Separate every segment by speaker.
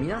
Speaker 1: 皆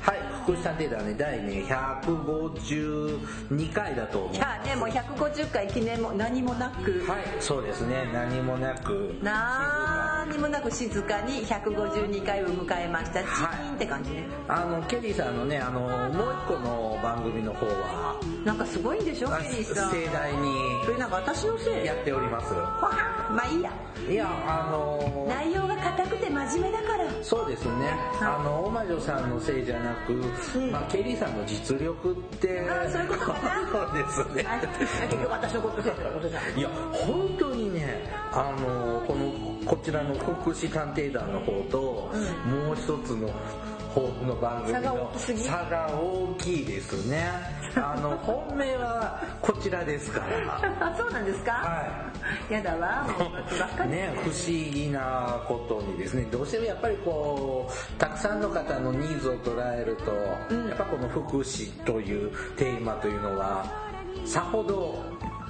Speaker 1: はい、福祉探偵団ね、第ね、152回だと思う。
Speaker 2: いや、でも150回記念も何もなく、
Speaker 1: はい、そうですね、何もなく。
Speaker 2: なーにもなく静かに152回を迎えました。チ
Speaker 1: はい
Speaker 2: ーンって感じね。
Speaker 1: あの、ケリーさんのね、あの、もう一個の番組の方は、
Speaker 2: なんかすごいんでしょ、
Speaker 1: あ
Speaker 2: ケリーさん。
Speaker 1: 盛大
Speaker 2: それなんか私のせい
Speaker 1: にやっております。
Speaker 2: わあまあいいや。
Speaker 1: いや、あの、
Speaker 2: 内容が硬くて真面目だから。
Speaker 1: そうですね、あの、大魔女さんのせいじゃなく、
Speaker 2: ん
Speaker 1: まあ、ケリーさんの実力って、
Speaker 2: あそういうことかな
Speaker 1: そうですね。
Speaker 2: あ結局私のことせいってことじゃん。
Speaker 1: いや本当にねあのこのこちらの国祉探偵団の方と、もう一つの方の番組の
Speaker 2: 差が大きすぎ
Speaker 1: 差が大きいですねあの本命はこちらです から
Speaker 2: あ、そうなんですか。
Speaker 1: は
Speaker 2: やだわ。も うばっかり。
Speaker 1: ね、不思議なことにですねどうしてもやっぱりこうたくさんの方のニーズを捉えると、やっぱこの福祉というテーマというのはさほど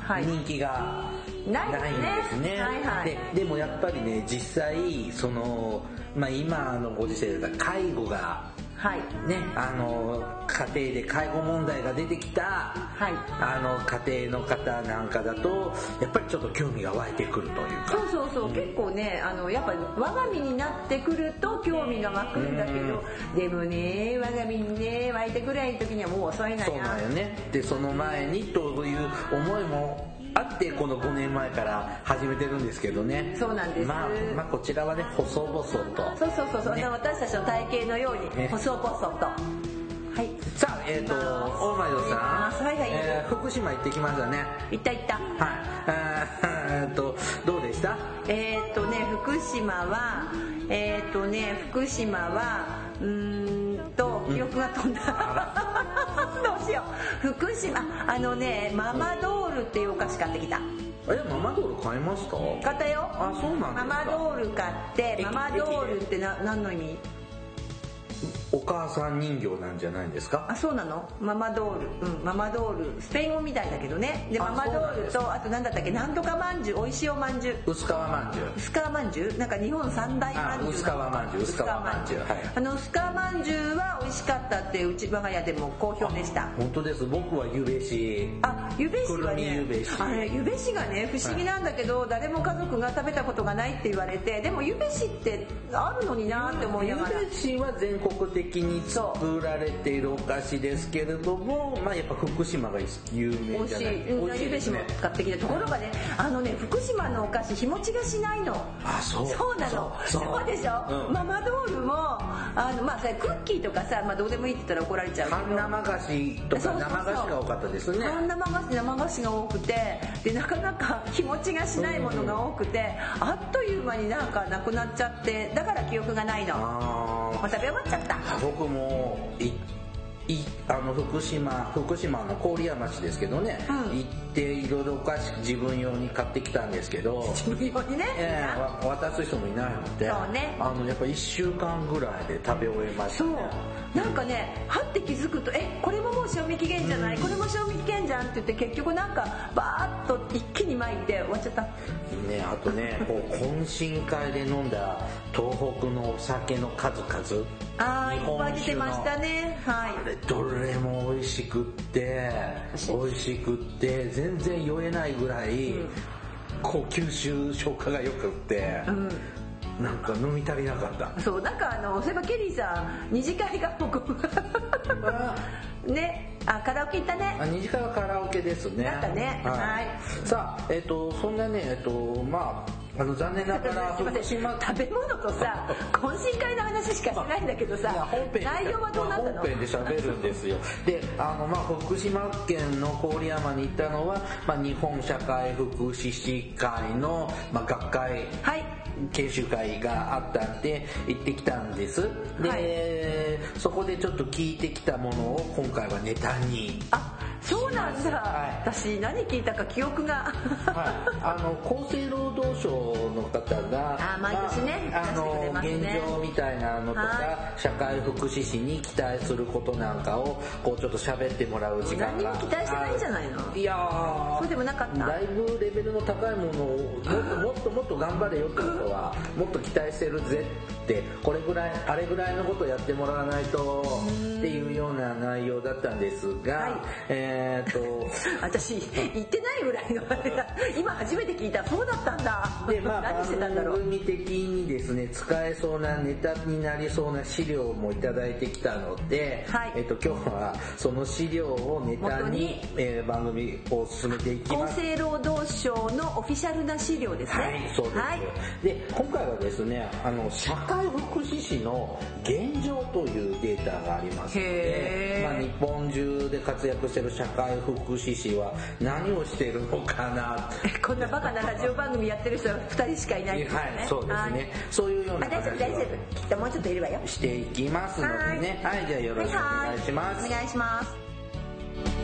Speaker 2: はい
Speaker 1: 人気が
Speaker 2: ないですね
Speaker 1: ないんですね,で、
Speaker 2: はいはい
Speaker 1: でもやっぱりね実際その、まあ、今のご時世だから介護が
Speaker 2: はい。
Speaker 1: ねあの家庭で介護問題が出てきた
Speaker 2: はい。
Speaker 1: あの家庭の方なんかだとやっぱりちょっと興味が湧いてくるというか
Speaker 2: そうそうそう、結構ねあのやっぱ我が身になってくると興味が湧くんだけど、でもね我が身にね湧いてくりゃいい時にはもう遅いな
Speaker 1: そうなんよねでその前にという思いもあってこの5年前から始めてるんですけどね
Speaker 2: そうなんです
Speaker 1: まあ、まあこちらはね細々と
Speaker 2: そうそうそうそんな私たちの体型のよう
Speaker 1: ね
Speaker 2: に細々とはい
Speaker 1: さあえっ、と大前戸
Speaker 2: あ
Speaker 1: さん、
Speaker 2: それがいい
Speaker 1: えー福島行ってきましたね
Speaker 2: いったいった
Speaker 1: はいあーえっとどうでした
Speaker 2: えーっとね福島はえーっとね福島はうーんと記憶が飛んだ、 どうしよう福島ああのねママドールっていうお菓子買ってきた
Speaker 1: えママドール買いました
Speaker 2: 買ったよ
Speaker 1: あそうなんですか
Speaker 2: ママドール買って
Speaker 1: 駅
Speaker 2: ママドールってな何の意味
Speaker 1: お母さん人形なんじゃないんですか
Speaker 2: あそうなのママドールうんママドールスペイン語みたいだけどねで
Speaker 1: あ
Speaker 2: ママド
Speaker 1: そうなん
Speaker 2: ー
Speaker 1: で
Speaker 2: ル
Speaker 1: す
Speaker 2: とあと何だったっけなんとかまんじゅうおいしいおまんじゅう
Speaker 1: 薄皮まんじゅう
Speaker 2: 薄皮まんじゅうなんか日本三大まんじゅう
Speaker 1: あ薄皮まんじゅう薄皮まんじゅうはい
Speaker 2: あの薄皮まんじゅうは美味しかったってうち我が家でも好評でした
Speaker 1: 本当です僕はゆべし
Speaker 2: あゆべしは
Speaker 1: く
Speaker 2: ね
Speaker 1: るみゆべし
Speaker 2: あれゆべしがね不思議なんだけど、誰も家族が食べたことがないって言われてでもゆべしってあるのになって思い
Speaker 1: ゆ
Speaker 2: ながら
Speaker 1: べしは全国的に作られているお菓子ですけれども、まあ、やっぱ福島が有
Speaker 2: 美
Speaker 1: 名
Speaker 2: 味
Speaker 1: じゃ
Speaker 2: し
Speaker 1: ない
Speaker 2: いうんゆべしも買ってきたところがねあのね福島のお菓子日持ちがしないの
Speaker 1: あそう
Speaker 2: そうなの
Speaker 1: そ
Speaker 2: そうう
Speaker 1: そう
Speaker 2: でしょ、
Speaker 1: うん
Speaker 2: ママドールもあのまあさクッキーとかさ、まあ、どうでもいいって言ったら怒られちゃうけど
Speaker 1: 半生菓子と
Speaker 2: そ
Speaker 1: か
Speaker 2: うそうそう
Speaker 1: 生菓子が多かったですね
Speaker 2: 半生菓子生菓子が多くてでなかなか日持ちがしないものが多くて、あっという間になんかなくなっちゃってだから記憶がないのも
Speaker 1: あ
Speaker 2: う食べ終わっちゃった
Speaker 1: ー僕もいいあの福島福島の郡山市ですけどね、
Speaker 2: うん
Speaker 1: 行っていろいろお菓子自分用に買ってきたんですけど
Speaker 2: 自分用にね、
Speaker 1: ええわ渡す人もいないので
Speaker 2: そうね
Speaker 1: あのやっぱ1週間ぐらいで食べ終えました
Speaker 2: そう
Speaker 1: ね
Speaker 2: なんかねはって気づくとえこれももう賞味期限じゃない、これも賞味期限じゃんって言って結局なんかバーッと一気に巻いて終わっちゃった
Speaker 1: ね、あとねこう 懇親会で飲んだ東北のお酒の数々
Speaker 2: ああい
Speaker 1: 日
Speaker 2: っ
Speaker 1: 本
Speaker 2: ぱい出
Speaker 1: 酒
Speaker 2: て
Speaker 1: の
Speaker 2: ましたねはい
Speaker 1: あれどれも美味しくって美味しくって全然酔えないぐらい、こう吸収消化が良くって、なんか飲み足りなか った
Speaker 2: そうなんかあのそういえばケリーさん二次会が僕
Speaker 1: あ
Speaker 2: ねあカラオケ行ったね
Speaker 1: あ二次会はカラオケですね
Speaker 2: だったねはい
Speaker 1: さあえっ、とそんなねえっ、とまああの残念ながら
Speaker 2: すいま
Speaker 1: 福
Speaker 2: せん
Speaker 1: 島
Speaker 2: 食べ物とさ 懇親会の話しかしてないんだけど
Speaker 1: いや
Speaker 2: さ
Speaker 1: 本編で
Speaker 2: 内容はどうなったの
Speaker 1: 本編で喋るんですよであの、まあ、福島県の郡山に行ったのは、まあ、日本社会福祉士会の、まあ、学会
Speaker 2: はい
Speaker 1: 研修会があったんで行ってきたんですで、そこでちょっと聞いてきたものを今回はネタに
Speaker 2: あそうなんだ、
Speaker 1: はい
Speaker 2: 私何聞いたか記憶が
Speaker 1: はい、あの厚生労働省の方が
Speaker 2: あ毎年ね
Speaker 1: まああ
Speaker 2: 出してくれ
Speaker 1: の
Speaker 2: ますね
Speaker 1: 現状みたいなのと
Speaker 2: は
Speaker 1: か社会福祉士に期待することなんかをこうちょっと喋ってもらう時間が
Speaker 2: 何も期待してないんじゃないの
Speaker 1: あいやー
Speaker 2: そうでもなかった
Speaker 1: だいぶレベルの高いものをも っともっともっと頑張れよってことはもっと期待してるぜってこれぐらいあれぐらいのことやってもらわないとっていうような内容だったんですが、
Speaker 2: はい
Speaker 1: えーっと
Speaker 2: 私言ってないぐらいのあれだ今初めて聞いたそうだったんだ
Speaker 1: でまあ
Speaker 2: 何してたんだろ
Speaker 1: 番
Speaker 2: う
Speaker 1: 組的にですね使えそうなネタになりそうな資料もいただいてきたので、
Speaker 2: はい
Speaker 1: えっと、今日はその資料をネタ
Speaker 2: 元
Speaker 1: に
Speaker 2: に
Speaker 1: えー番組を進めていきま
Speaker 2: 厚
Speaker 1: す。
Speaker 2: 生労働省のオフィシャルな資料ですね
Speaker 1: はい、そうです、
Speaker 2: はい
Speaker 1: で今回はですねあの社会福祉士の現状というデータがありますの
Speaker 2: へ
Speaker 1: で、
Speaker 2: ー
Speaker 1: まあ、日本中で活躍してる社会福祉士は何をしてるのかな
Speaker 2: こんなバカなラジオ番組やってる人は2人しかいないんですよね
Speaker 1: はい、そうです
Speaker 2: はい
Speaker 1: ねそういうよう
Speaker 2: あ
Speaker 1: な
Speaker 2: 大丈
Speaker 1: 形
Speaker 2: 夫大丈
Speaker 1: を
Speaker 2: 夫きっともうちょっといるわよ
Speaker 1: していきますのでねはい、じゃあよろしくお願いします、
Speaker 2: はいはいお願いします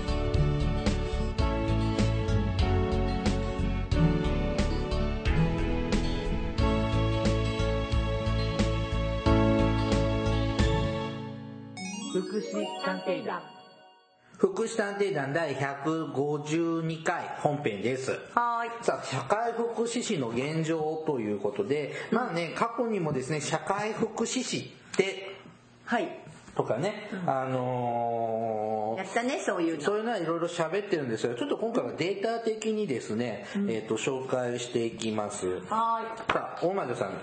Speaker 2: 福祉探偵団
Speaker 1: 福祉探偵団第152回本編です
Speaker 2: はーい
Speaker 1: さあ社会福祉士の現状ということでまあね過去にもですね社会福祉士って
Speaker 2: はい
Speaker 1: とかね、あのー
Speaker 2: やったねそういうの
Speaker 1: そういうのはいろいろ喋ってるんですがちょっと今回はデータ的にですね、えっと紹介していきます
Speaker 2: は
Speaker 1: さあ大魔女さん
Speaker 2: ーい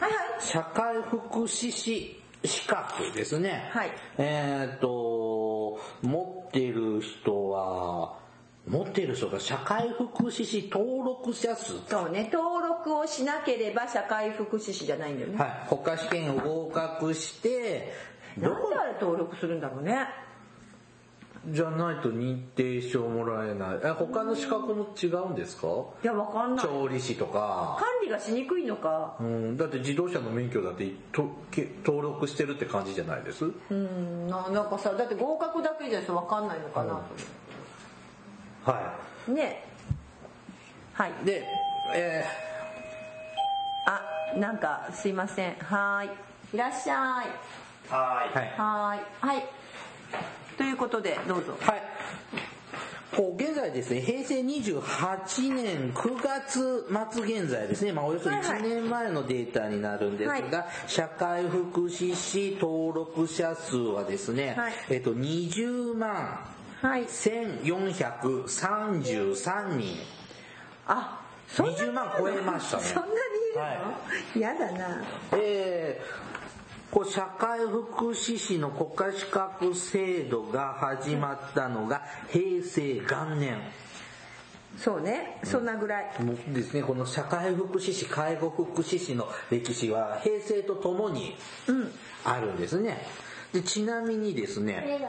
Speaker 2: はい
Speaker 1: 社会福祉士資格ですね。
Speaker 2: はい
Speaker 1: えっ、と、持ってる人は、持ってる人が社会福祉士登録者数。
Speaker 2: そうね登録をしなければ社会福祉士じゃないんだよね
Speaker 1: はい。国家試験を合格して、
Speaker 2: な
Speaker 1: ど
Speaker 2: ん
Speaker 1: こ
Speaker 2: であれ登録するんだろうね
Speaker 1: じゃないと認定証もらえない。え、他の資格も違うんですか
Speaker 2: いやわかんない
Speaker 1: 調理師とか。
Speaker 2: 管理がしにくいのか
Speaker 1: うん、だって自動車の免許だってとけ登録してるって感じじゃないです
Speaker 2: うんななんかさだって合格だけじゃさわかんないのかなと思
Speaker 1: は
Speaker 2: うねはい
Speaker 1: い。で、えー、
Speaker 2: あなんかすいませんはーいいらっしゃい
Speaker 1: はい。はい。
Speaker 2: はーいはいということでどうぞ
Speaker 1: はい。こう現在ですね、平成28年9月末現在ですね、まあおよそ
Speaker 2: はいはい
Speaker 1: 1年前のデータになるんですが、
Speaker 2: はい
Speaker 1: 社会福祉士登録者数はですね、
Speaker 2: はい
Speaker 1: えっと20万
Speaker 2: はい
Speaker 1: 1433人、
Speaker 2: あそんなに
Speaker 1: 20万超えましたね。
Speaker 2: そんなにいるの、
Speaker 1: は
Speaker 2: 嫌だな
Speaker 1: えーこう社会福祉士の国家資格制度が始まったのが平成元年。
Speaker 2: そうねそんなぐらい、
Speaker 1: もうですね、この社会福祉士、介護福祉士の歴史は平成とともにあるんですね。でちなみにですね、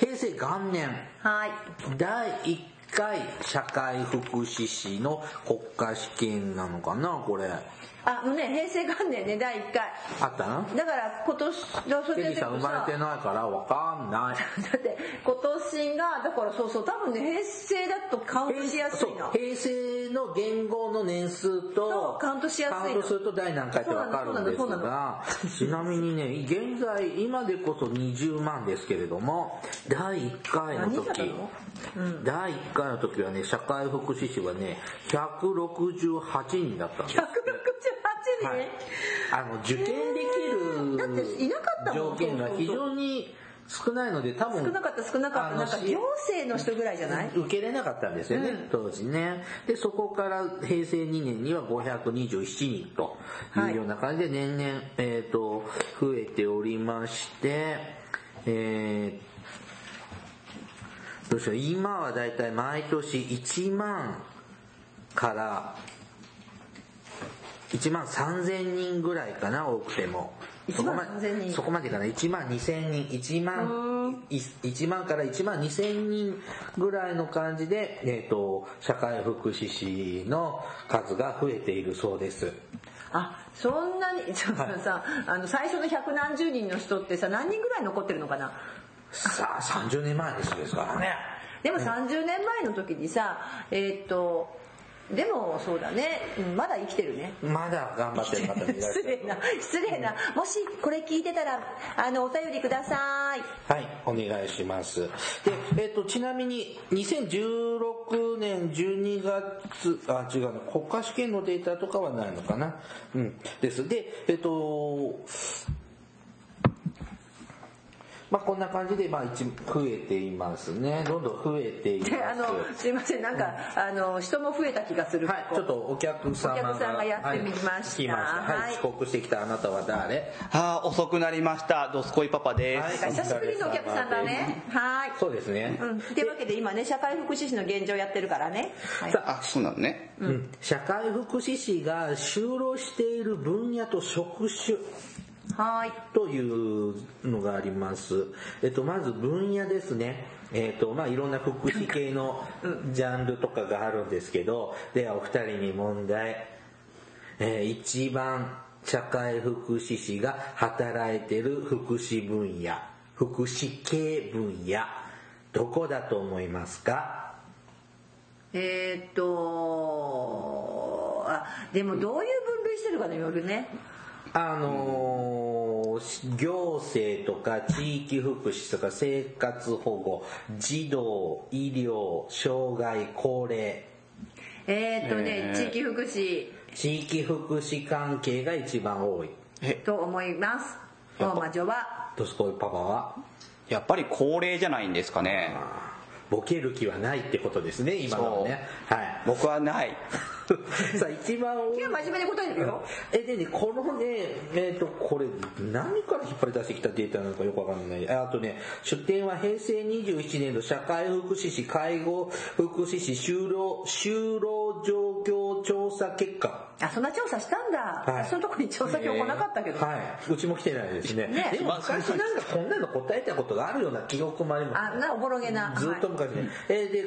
Speaker 1: 平成元年、
Speaker 2: はい
Speaker 1: 第1回社会福祉士の国家試験なのかな、これ。
Speaker 2: あもうね平成元年ね第1回
Speaker 1: あったな
Speaker 2: だから今年だそ
Speaker 1: ケ
Speaker 2: れ
Speaker 1: リー
Speaker 2: で
Speaker 1: さん生まれてないからわかんない。
Speaker 2: だって今年がだからそうそう多分ね平成だとカウントしやすいの
Speaker 1: そう平成の元号の年数
Speaker 2: そ
Speaker 1: と
Speaker 2: うカウントしやすいの
Speaker 1: カウントすると第何回ってわかるんです
Speaker 2: そうなのそう
Speaker 1: がちなみにね現在今でこそ20万ですけれども第1回の
Speaker 2: 何が
Speaker 1: 時
Speaker 2: だろ
Speaker 1: 第1回の時はね社会福祉士はね168人だったんです
Speaker 2: 168人、
Speaker 1: はい、あの受験で
Speaker 2: だって
Speaker 1: き
Speaker 2: い
Speaker 1: る
Speaker 2: なかったも
Speaker 1: 条
Speaker 2: ん
Speaker 1: 件が非常に少ないので多分
Speaker 2: 少なかった少なかっ
Speaker 1: あ
Speaker 2: た
Speaker 1: の
Speaker 2: なんか行政の人ぐらいじゃない、
Speaker 1: 受けれなかったんですよね、
Speaker 2: うん
Speaker 1: 当時ねでそこから平成2年には527人というような感じで年々、えー、と増えておりましてえーどうしよう今はだいたい毎年1万から1万3000人ぐらいかな多くても
Speaker 2: 1万3000人
Speaker 1: そこまでかな1万2000人1万い1万から1万2000人ぐらいの感じで、えー、と社会福祉士の数が増えているそうです
Speaker 2: あそんなに ちょっとさ、あの最初の百何十人の人ってさ何人ぐらい残ってるのかな
Speaker 1: さあ30年前の人ですからね
Speaker 2: でも30年前の時にさえーっとでもそうだね、うんまだ生きてるね
Speaker 1: まだ頑張ってる方もいらっし
Speaker 2: 失
Speaker 1: ゃる
Speaker 2: 礼な失礼な、もしこれ聞いてたらあのお便りください
Speaker 1: はい、お願いします。で、えっ、と、ちなみに、2016年12月、あ、違うの、国家試験のデータとかはないのかなうん、です。で、えっ、と、まあこんな感じで、まあ一、増えていますね。どんどん増えています。
Speaker 2: であのすいませんなんか、あの人も増えた気がする、
Speaker 1: はい、ちょっとお客様が
Speaker 2: お客さんがやってみました
Speaker 1: はい、来ましたは、
Speaker 2: はいい
Speaker 1: 遅刻してきたあなたは誰
Speaker 3: あー遅くなりましたどすこいパパです、
Speaker 1: はい
Speaker 2: 久しぶりのお客さんだねはい
Speaker 1: そうですね。
Speaker 2: うん、ってわけで今ね社会福祉士の現状やってるからね、はい
Speaker 1: さ
Speaker 3: あそうなのね
Speaker 1: うん、社会福祉士が就労している分野と職種
Speaker 2: はい
Speaker 1: というのがあります。えっと、まず分野ですね。えっと、まあ、いろんな福祉系のジャンルとかがあるんですけど、ではお二人に問題。えー一番社会福祉士が働いてる福祉分野、福祉系分野、どこだと思いますか
Speaker 2: えーっとあでもどういう分類してるかによるね
Speaker 1: あのー行政とか地域福祉とか生活保護、児童、医療、障害、高齢、
Speaker 2: えーっとね、
Speaker 3: えー
Speaker 2: 地域福祉
Speaker 1: 地域福祉関係が一番多い。
Speaker 3: え
Speaker 2: と思います大魔女は
Speaker 1: ドスコイパパは
Speaker 3: やっぱり高齢じゃないんですかね
Speaker 1: あーボケる気はないってことですね、今のはね。はい。
Speaker 3: 僕はない
Speaker 1: さあ、一番多い
Speaker 2: 今。真面目に答えてるよ
Speaker 1: えでねこのねえっ、とこれ何から引っ張り出してきたデータなのかよくわかんないああとね出典は平成21年度社会福祉士介護福祉士就労就労状況調査結果
Speaker 2: あそんな調査したんだ、
Speaker 1: はい
Speaker 2: そのとこに調査票来なかったけど、
Speaker 1: はいうちも来てないですね
Speaker 2: ね
Speaker 1: でも昔なんかこんなの答えたことがあるような記憶もあります
Speaker 2: あなおぼろげな、
Speaker 1: ずっと
Speaker 2: はい
Speaker 1: 昔ね、えーで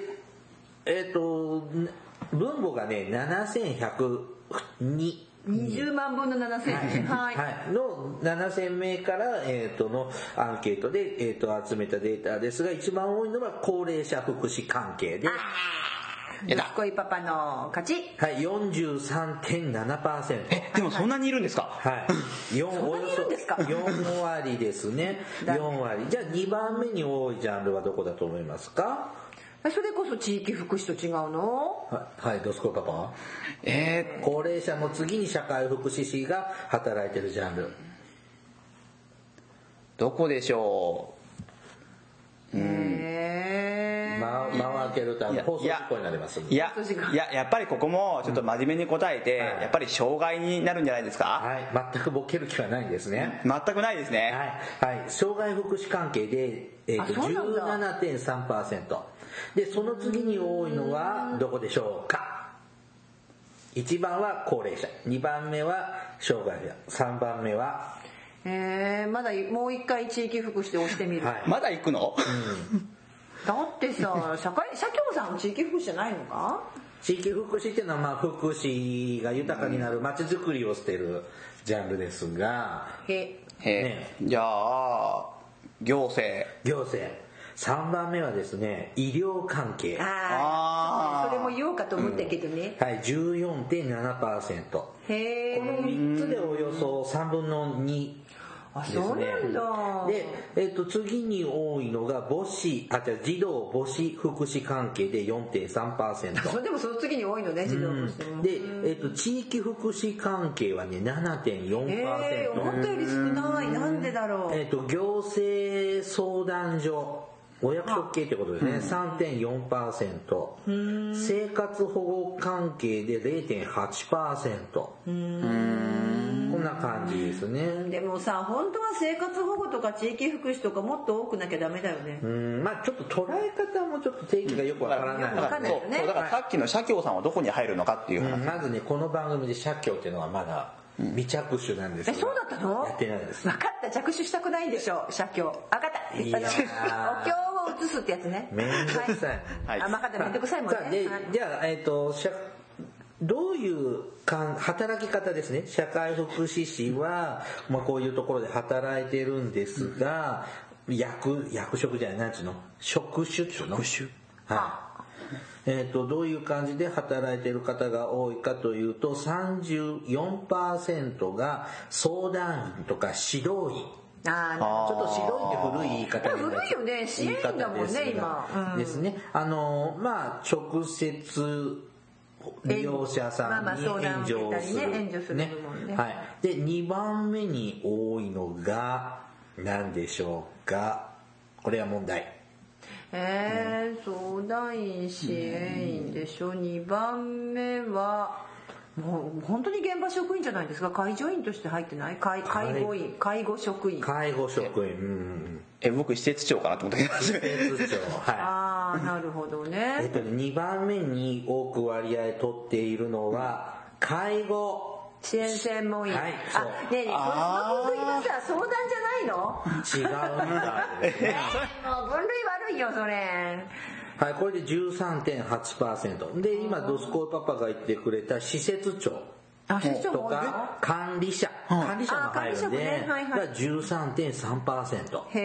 Speaker 1: えっ、と分母がね7102
Speaker 2: 20万分の7000はい、
Speaker 1: はい、の7000名から、えー、とのアンケートで、えー、と集めたデータですが一番多いのは高齢者福祉関係で、は
Speaker 3: えだ
Speaker 2: どすこいパパの勝ち
Speaker 1: い、43.7%。
Speaker 3: えでもそんなにいるんですか
Speaker 1: はい、4
Speaker 2: ん
Speaker 1: お
Speaker 2: な
Speaker 1: よ
Speaker 2: にい
Speaker 1: そ
Speaker 2: るんですか
Speaker 1: 4割ですね
Speaker 2: だね
Speaker 1: 4割じゃあ2番目に多いジャンルはどこだと思いますか
Speaker 2: それこそ地域福祉と違うの
Speaker 1: はい、はい、どすこいパパ
Speaker 3: え
Speaker 1: 高齢者の次に社会福祉士が働いてるジャンル
Speaker 3: ーどこでしょ
Speaker 2: へえ
Speaker 1: ま間を開けるとあ
Speaker 3: い
Speaker 1: の
Speaker 3: や
Speaker 1: 放送事故になりますん
Speaker 3: うい
Speaker 1: で
Speaker 3: やいややっぱりここもちょっと真面目に答えて、
Speaker 1: はい
Speaker 3: やっぱり障害になるんじゃないですか、
Speaker 1: はい、全くボケる気はないんですね、
Speaker 3: 全くないですね、
Speaker 1: はい、はい、障害福祉関係で、えー、と
Speaker 2: あそうなん
Speaker 1: 17.3%でその次に多いのはどこでしょうか1番は高齢者2番目は障害者3番目は、
Speaker 2: えーまだいもう一回地域福祉で押してみる、
Speaker 1: はい
Speaker 3: まだ行くの、
Speaker 2: だってさ社会社協さんは地域福祉じゃないのか
Speaker 1: 地域福祉っていうのは、まあ、福祉が豊かになる街づくりをしてるジャンルですが
Speaker 2: へ
Speaker 3: えーじゃあ行政
Speaker 1: 行政3番目はですね医療関係は
Speaker 2: あ
Speaker 3: あ
Speaker 2: あ
Speaker 3: ー
Speaker 2: それも言おうかと思ったけどね、
Speaker 1: い14.7%
Speaker 2: へ
Speaker 1: この
Speaker 2: え
Speaker 1: 3つでおよそ3分の2
Speaker 2: あ
Speaker 1: ですね
Speaker 2: そうなんだ
Speaker 1: で、えっと次に多いのが母子あじゃあ児童母子福祉関係で
Speaker 2: そ
Speaker 1: 4.3%
Speaker 2: れでもその次に多いのね児童福祉も
Speaker 1: で、えっと地域福祉関係はね
Speaker 2: えー、思った
Speaker 1: 7.4%
Speaker 2: より少ないなんでだろう
Speaker 1: えっと行政相談所お役所系ってことですね、3.4%生活保護関係で0.8%こんな感じですね
Speaker 2: でもさ本当は生活保護とか地域福祉とかもっと多くなきゃダメだよね
Speaker 1: うんまあちょっと捉え方もちょっと定義がよくわからない
Speaker 3: だ
Speaker 1: の
Speaker 3: か
Speaker 1: で、
Speaker 2: ん
Speaker 3: ら
Speaker 2: ない
Speaker 3: そ
Speaker 2: よ
Speaker 3: う
Speaker 2: ね
Speaker 3: そうだからさっきの社協さんはどこに入るのかっていう話、
Speaker 1: うんまずねこの番組で社協っていうのはまだ未着手なんです
Speaker 2: え
Speaker 1: よ
Speaker 2: そうだったの
Speaker 1: やってないです
Speaker 2: 分かった着手したくないんでしょ社協分かった
Speaker 1: いや
Speaker 2: あのお経を移すってやつね
Speaker 1: めんどくさい
Speaker 2: はい、あ分かっためんどくさいもん
Speaker 1: さあで
Speaker 2: ねはい
Speaker 1: じゃあえっ、と社どういうかん働き方ですね社会福祉士は、まあ、こういうところで働いてるんですが、役役職じゃないなんちゅうの職種っちゅうの職種はいえー、とどういう感じで働いている方が多いかというと34%が相談員とか指導員
Speaker 2: あー
Speaker 1: ちょっと白いって古い言い方になる
Speaker 2: 古いよね支援だもんね
Speaker 1: 言い方ですが
Speaker 2: 今うん
Speaker 1: ですね。あのー、まあ、直接、利用者さんに
Speaker 2: まあまあ
Speaker 1: 援助をす
Speaker 2: 相談を受
Speaker 1: る。
Speaker 2: けたりね援助する部門ね
Speaker 1: はい。で、2番目に多いのが、何でしょうか。これは問題。
Speaker 2: えー、相談員支援員でしょ、二2番目はもう本当に現場職員じゃないですか介助員として入ってない介介護員介護職員
Speaker 1: 介護職員。うん。
Speaker 3: え僕施設長かなと思ったけど
Speaker 1: 通帳。はい。
Speaker 2: ああなるほど
Speaker 1: えっ
Speaker 2: ね
Speaker 1: とね、2番目に多く割合取っているのは、介 護。
Speaker 2: 支援専門員、
Speaker 1: はいそ
Speaker 2: あ
Speaker 1: う
Speaker 2: ねえねえこ
Speaker 3: あー
Speaker 2: の分類はさ相談じゃな いの
Speaker 1: 違うんだ、ね。
Speaker 2: もう分類悪いよそれ
Speaker 1: はい、これで13.8%。で、今、ドスコイパパが言ってくれた施設長
Speaker 2: あ市長
Speaker 1: と
Speaker 2: も多いの
Speaker 1: か管理者、管理者も入るんで、
Speaker 2: あ管理職ねはいはい
Speaker 1: が13.3%。
Speaker 2: へ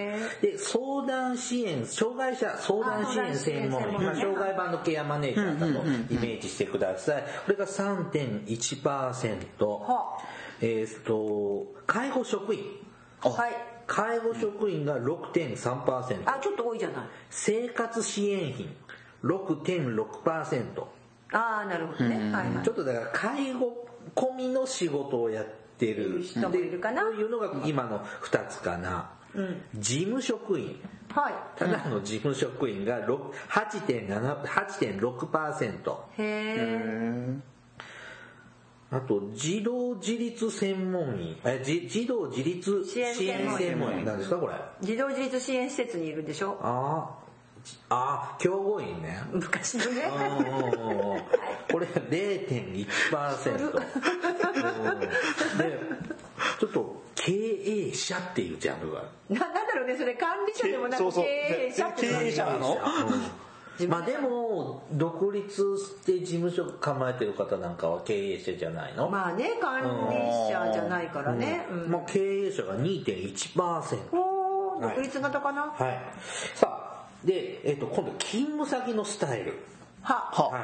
Speaker 2: え
Speaker 1: で、相談支援、障害者相談支援専門
Speaker 2: あ
Speaker 1: 員、
Speaker 2: 相談支援専門ね
Speaker 1: まあ障害版のケアマネージャーだとイメージしてください。これが3.1%
Speaker 2: は。
Speaker 1: えーっと、介護職員。
Speaker 2: はい
Speaker 1: 介護職員が6.3%。
Speaker 2: あちょっと多いじゃない
Speaker 1: 生活支援費6.6%、
Speaker 2: ああなるほどねはいはい
Speaker 1: ちょっとだから介護込みの仕事をやってる
Speaker 2: 人もいるかな
Speaker 1: でというのが今の2つかな、事務職員
Speaker 2: はい
Speaker 1: ただの事務職員が6 8.7 8.6%
Speaker 2: へえ
Speaker 1: あと児童自立専門員えじ児童自立支
Speaker 2: 支援
Speaker 1: 援
Speaker 2: 専門員
Speaker 1: 専門員なんですかこれ
Speaker 2: 児童自立支援施設にいるでしょ
Speaker 1: あーあー競合員ね
Speaker 2: 昔のね
Speaker 1: これ0.1%うんでちょっと経営者っていうジャンルがある
Speaker 2: ななんだろうねそれ管理者でもな
Speaker 3: そ
Speaker 2: く
Speaker 3: うそう
Speaker 2: 経営者って
Speaker 3: 経営者なの
Speaker 1: うんまあでも独立して事務所構えてる方なんかは経営者じゃないの、
Speaker 2: まあね管理者じゃないからねうん
Speaker 1: もう経営者が2.1%は
Speaker 2: おー
Speaker 1: い
Speaker 2: 独立型かな
Speaker 1: はいさあで、えっと、今度勤務先のスタイル
Speaker 2: は
Speaker 3: は
Speaker 1: はい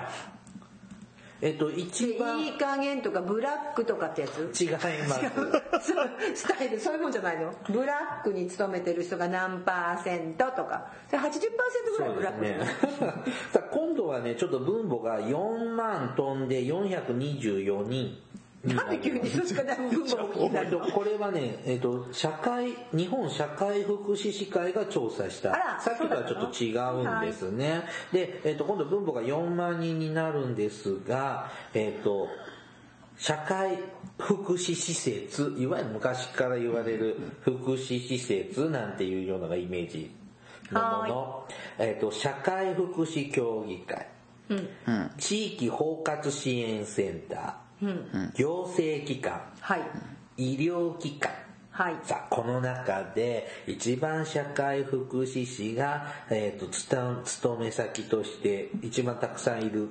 Speaker 1: えっと一番
Speaker 2: いい加減とかブラックとかってやつ
Speaker 1: 違います
Speaker 2: そうスタイルそういうもんじゃないのブラックに勤めてる人が何パーセントとかそれ80%ぐらい
Speaker 1: そう
Speaker 2: ブ
Speaker 1: で
Speaker 2: ラ
Speaker 1: す
Speaker 2: ック
Speaker 1: ね。さあ今度はね、ちょっと分母が4万飛んで424人。
Speaker 2: なんで急にそっちから分母大きいんだ
Speaker 1: えっとこれはね、えっと、社会、日本社会福祉士会が調査した
Speaker 2: あ、ら
Speaker 1: さっきとはちょっと違うんですね。で、えっと、今度分母が4万人になるんですが、えっと、社会福祉施設、いわゆる昔から言われる福祉施設なんていうようなのがイメージのもの、えっと、社会福祉協議会、地域包括支援センター、行政機関、
Speaker 2: はい
Speaker 1: 医療機関
Speaker 2: はい
Speaker 1: さあこの中で一番社会福祉士が、えー、とつた勤め先として一番たくさんいる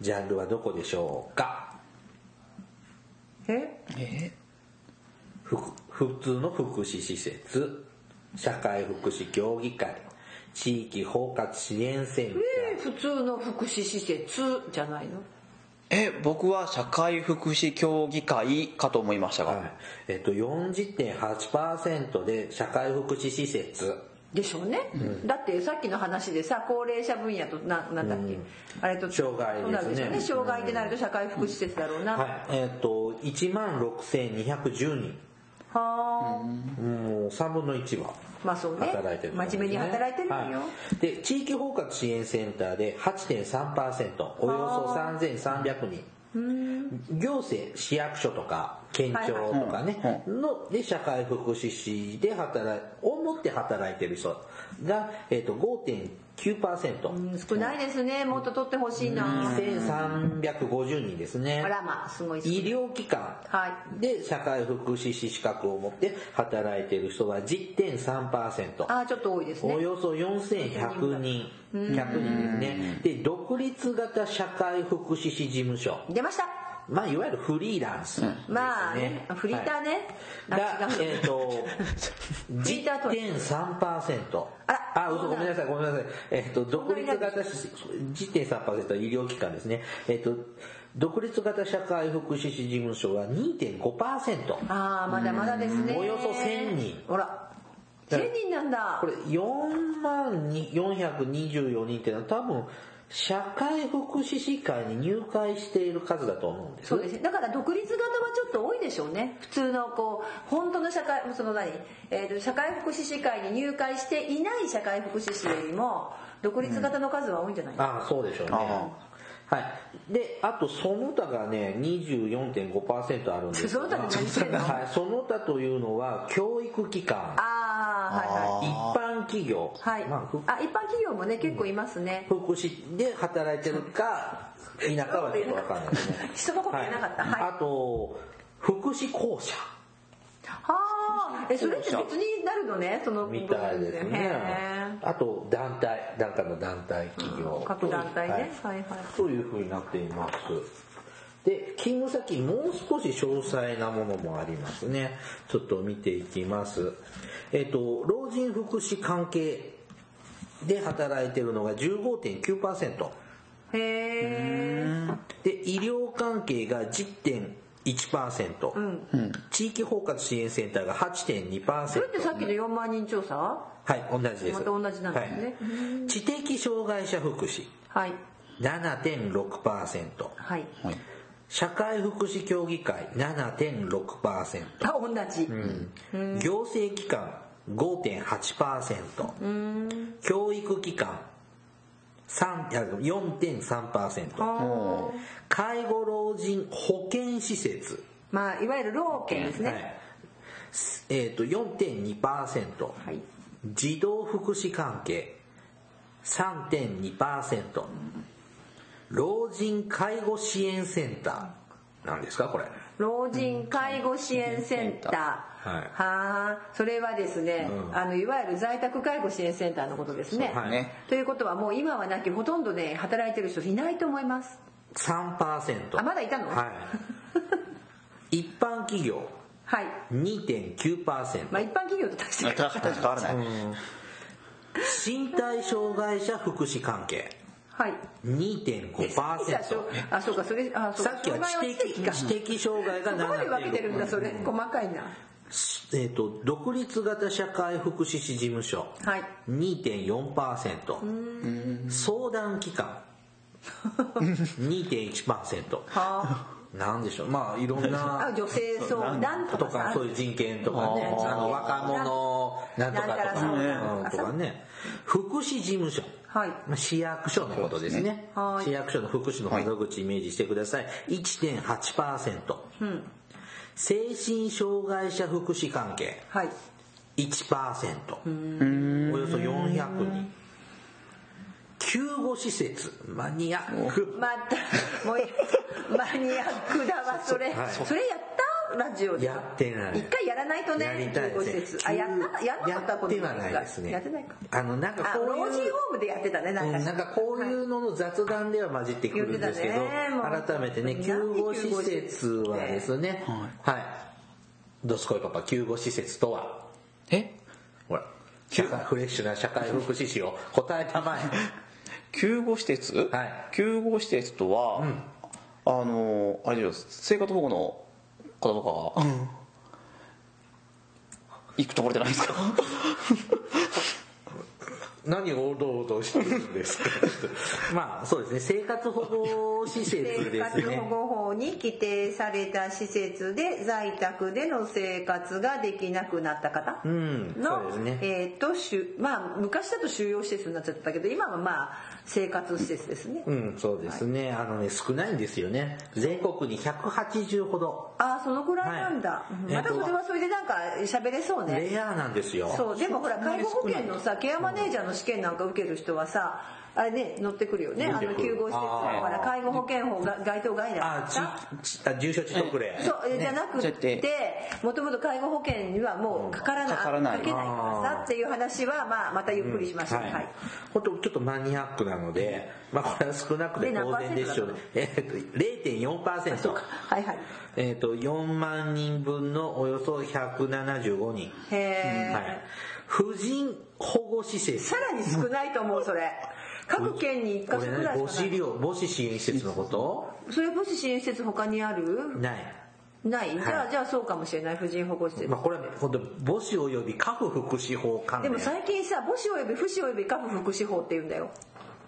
Speaker 1: ジャンルはどこでしょうか
Speaker 2: え
Speaker 1: ふ普通の福祉施設社会福祉協議会地域包括支援センター、
Speaker 2: えー普通の福祉施設じゃないの
Speaker 3: え僕は社会福祉協議会かと思いましたが、
Speaker 1: はいえっと40.8%で社会福祉施設
Speaker 2: でしょうね、だってさっきの話でさ高齢者分野とななんだっけ、あれと
Speaker 1: 障害ですね
Speaker 2: そうなるでしょう
Speaker 1: うん
Speaker 2: ね障害でなると社会福祉施設だろうな、は
Speaker 1: はいえっ、と1万6210人
Speaker 2: あ、
Speaker 1: もう3分の1は
Speaker 2: まあそうね
Speaker 1: 働いてる、
Speaker 2: 真面目に働いてるのよ、
Speaker 1: はいで地域包括支援センターで8.3%およそ3300人行政市役所とか県庁とかね、
Speaker 3: はいは
Speaker 1: ので社会福祉士で働い主持って働いてる人が、えっと5.9%、
Speaker 2: うん少ないですねもっと取ってほしいな
Speaker 1: 2350人ですね
Speaker 2: あらますごい
Speaker 1: 医療機関
Speaker 2: は
Speaker 1: で社会福祉士資格を持って働いている人は10.3%
Speaker 2: ああちょっと多いです
Speaker 1: お
Speaker 2: ね
Speaker 1: よそ4100人100人ですねで独立型社会福祉士事務所
Speaker 2: 出ました
Speaker 1: まあいわゆるフリーランスですね
Speaker 2: まあねフリーターね
Speaker 1: はい
Speaker 2: あ
Speaker 1: が
Speaker 2: 違う
Speaker 1: えっ と
Speaker 2: フリーターとは
Speaker 1: 10.3%
Speaker 2: あら
Speaker 1: あ嘘ごめんなさいごめんなさいえっと独立型10.3%は医療機関ですねえっと独立型社会福祉士事務所は2.5%
Speaker 2: ああまだまだですね
Speaker 1: およそ1000人
Speaker 2: ほら1000人なんだ
Speaker 1: これ4万に424人っていうのは多分社会福祉士会に入会している数だと思うんです
Speaker 2: そうですねだから独立型はちょっと多いでしょうね普通のこう本当の社会その何、えーと社会福祉士会に入会していない社会福祉士よりも独立型の数は多いんじゃないか、
Speaker 1: ああそうでしょうね
Speaker 3: あ
Speaker 1: はいであとその他がね24.5%あるんですが
Speaker 2: その他って何してんの
Speaker 1: はい、その他というのは教育機関
Speaker 2: ああはいは
Speaker 1: 一般
Speaker 2: い
Speaker 1: 企業、
Speaker 2: はい、
Speaker 1: まあふ
Speaker 2: あ、一般企業もね結構いますね、
Speaker 1: 福祉で働いてるか田舎はちょっと分かんないですね
Speaker 2: 人のこと言えなかったはい、
Speaker 1: あと福祉公社
Speaker 2: はあえそれって別になるのねその
Speaker 1: みたいですね
Speaker 2: へえ
Speaker 1: あと団体なんかの団体企業
Speaker 2: 各団体ね、
Speaker 1: はい
Speaker 2: はい、はい
Speaker 1: というふうになっていますで勤務先もう少し詳細なものもありますねちょっと見ていきますえっ、と老人福祉関係で働いてるのが15.9%
Speaker 2: へえ
Speaker 1: で医療関係が10.1%、
Speaker 2: うん
Speaker 1: 地域包括支援センターが
Speaker 2: それって
Speaker 1: 8.2%
Speaker 2: さっきの4万人調査
Speaker 1: はい同じです
Speaker 2: また同じなんですね
Speaker 1: はい、知的障害者福祉
Speaker 2: はい
Speaker 1: 7.6%
Speaker 2: はい
Speaker 3: はい
Speaker 1: 社会福祉協議会7.6%、
Speaker 2: あ同じ、
Speaker 1: うん、行政機関5.8%、教育機関3あ4.3%
Speaker 2: はあ
Speaker 1: 介護老人保健施設、
Speaker 2: まあいわゆる老犬ですね、
Speaker 1: はいすえー、と4.2%、
Speaker 2: はい
Speaker 1: 児童福祉関係3.2%老人介護支援センターなんですかこれ
Speaker 2: 老人介護支援センタ
Speaker 1: は
Speaker 2: ー
Speaker 1: い
Speaker 2: はあそれはですね、
Speaker 1: うん
Speaker 2: あのいわゆる在宅介護支援センターのことですね、
Speaker 1: はい
Speaker 3: ね
Speaker 2: ということはもう今はなきほとんどね働いてる人いないと思います
Speaker 1: 3%
Speaker 2: あまだいたの
Speaker 1: はい一般企業
Speaker 2: はい、
Speaker 1: 2.9%
Speaker 2: まあ、一般企業と大して
Speaker 3: あ高橋変わらない、
Speaker 1: 身体障害者福祉関係
Speaker 2: はい
Speaker 1: 2.5%
Speaker 2: あそうかそれあそうか
Speaker 1: さっきは知
Speaker 2: 障害
Speaker 1: 的
Speaker 2: か
Speaker 1: 知的障害が
Speaker 2: そこまで分けてるんだそれ
Speaker 1: 7.6%
Speaker 2: 細かいな
Speaker 1: えっと独立型社会福祉士事務所
Speaker 2: はい
Speaker 1: 2.4%相談機関2.1%
Speaker 2: は
Speaker 1: なんでしょう まあいろん
Speaker 2: あ
Speaker 1: な
Speaker 2: あ女性相談と
Speaker 1: と
Speaker 2: かさ
Speaker 1: かそういう人権とかね
Speaker 3: あー
Speaker 1: あの若者なんとか
Speaker 2: なんたら
Speaker 1: と
Speaker 2: そ
Speaker 1: か
Speaker 2: う
Speaker 1: ね
Speaker 2: だ
Speaker 1: うんとかね福祉事務所
Speaker 2: はい
Speaker 1: まあ市役所のことですね
Speaker 2: はい
Speaker 1: 市役所の福祉の窓口イメージしてください1.8%
Speaker 2: うん
Speaker 1: 精神障害者福祉関係
Speaker 2: はい
Speaker 1: 1%およそ400人救護施設マニアック
Speaker 2: またもういマニアックだわそれ
Speaker 1: はい
Speaker 2: それやったラジオで
Speaker 1: やってない
Speaker 2: 一回やらないと
Speaker 1: やり
Speaker 2: ね
Speaker 1: たい
Speaker 2: ご施
Speaker 1: です
Speaker 2: 設
Speaker 1: ね
Speaker 2: あやったやんなかっ
Speaker 1: や
Speaker 2: た
Speaker 1: ってはないですね
Speaker 2: やってないか
Speaker 1: あのなんか
Speaker 2: あ
Speaker 1: こ
Speaker 2: 老
Speaker 1: う
Speaker 2: 人
Speaker 1: いう
Speaker 2: ホームでやってたねな
Speaker 1: うん
Speaker 2: んか
Speaker 1: なんかこういうのの雑談では混じってくるんですけど
Speaker 2: 言ってたねもう
Speaker 1: 改めてね救護施設はですねはいどすこいパパ救護施設とは
Speaker 3: え
Speaker 1: ほら社会フレッシュな社会福祉士を答えたまえ
Speaker 3: 救護施設、
Speaker 1: はい
Speaker 3: 救護施設とは、あのあれです生活保護の方とかが、行くところじゃないですか
Speaker 1: 何をおどおどしてるんですか まあそうですね生活保護施設
Speaker 2: 生
Speaker 1: です
Speaker 2: 活
Speaker 1: ね
Speaker 2: 保護法に規定された施設で在宅での生活ができなくなった方
Speaker 1: うんそう
Speaker 2: の
Speaker 1: ですね
Speaker 2: えーとしゅまあ昔だと収容施設になっちゃったけど今はまあ生活施設ですね、
Speaker 1: うん、そうですね。あのね、少ないんですよね。全国に180ほど。
Speaker 2: ああそのぐらいなんだ、
Speaker 1: はい
Speaker 2: うんまたそれはそれでなんか喋れそうね、
Speaker 1: レアなんですよ。
Speaker 2: そうでもほら介護保険のさケアマネージャーの試験なんか受ける人はさあれね乗ってくるよねあの
Speaker 1: てくる
Speaker 2: 救護施設の
Speaker 1: あー
Speaker 2: ほら介護保険法が該当外
Speaker 1: あ
Speaker 2: だ
Speaker 1: ちちあ、住所地特例。
Speaker 2: そうえじゃなく
Speaker 3: そうやってて
Speaker 2: もともと介護保険にはもうかからない,、
Speaker 3: かからない
Speaker 2: けないからさっていう話は、まあ、またゆっくりしましょう、
Speaker 1: はい
Speaker 2: はい、
Speaker 1: 本当ちょっとマニアックなので、まあ、これは少なくて当然でしょうね。えっと、0.4%。
Speaker 2: はいはい
Speaker 1: えっと、4万人分のおよそ175人。
Speaker 2: へえ、
Speaker 1: はい。婦人保護施設
Speaker 2: さ。らに少ないと思うそれ各県に1
Speaker 1: こ
Speaker 2: か所
Speaker 1: れ
Speaker 2: ぐらい
Speaker 1: ね、
Speaker 2: し
Speaker 1: 母
Speaker 2: かな
Speaker 1: 子
Speaker 2: い
Speaker 1: 寮、母子支援施設のこと
Speaker 2: それ母子支援施設他にある
Speaker 1: ない。
Speaker 2: ないじゃ
Speaker 1: は
Speaker 2: あ
Speaker 1: い
Speaker 2: じゃあそうかもしれない婦人保護施設
Speaker 1: まあ、これは本当母子及び家父福祉法関
Speaker 2: で
Speaker 1: 連。
Speaker 2: も最近さ母子および不死および家父福祉法って言うんだよ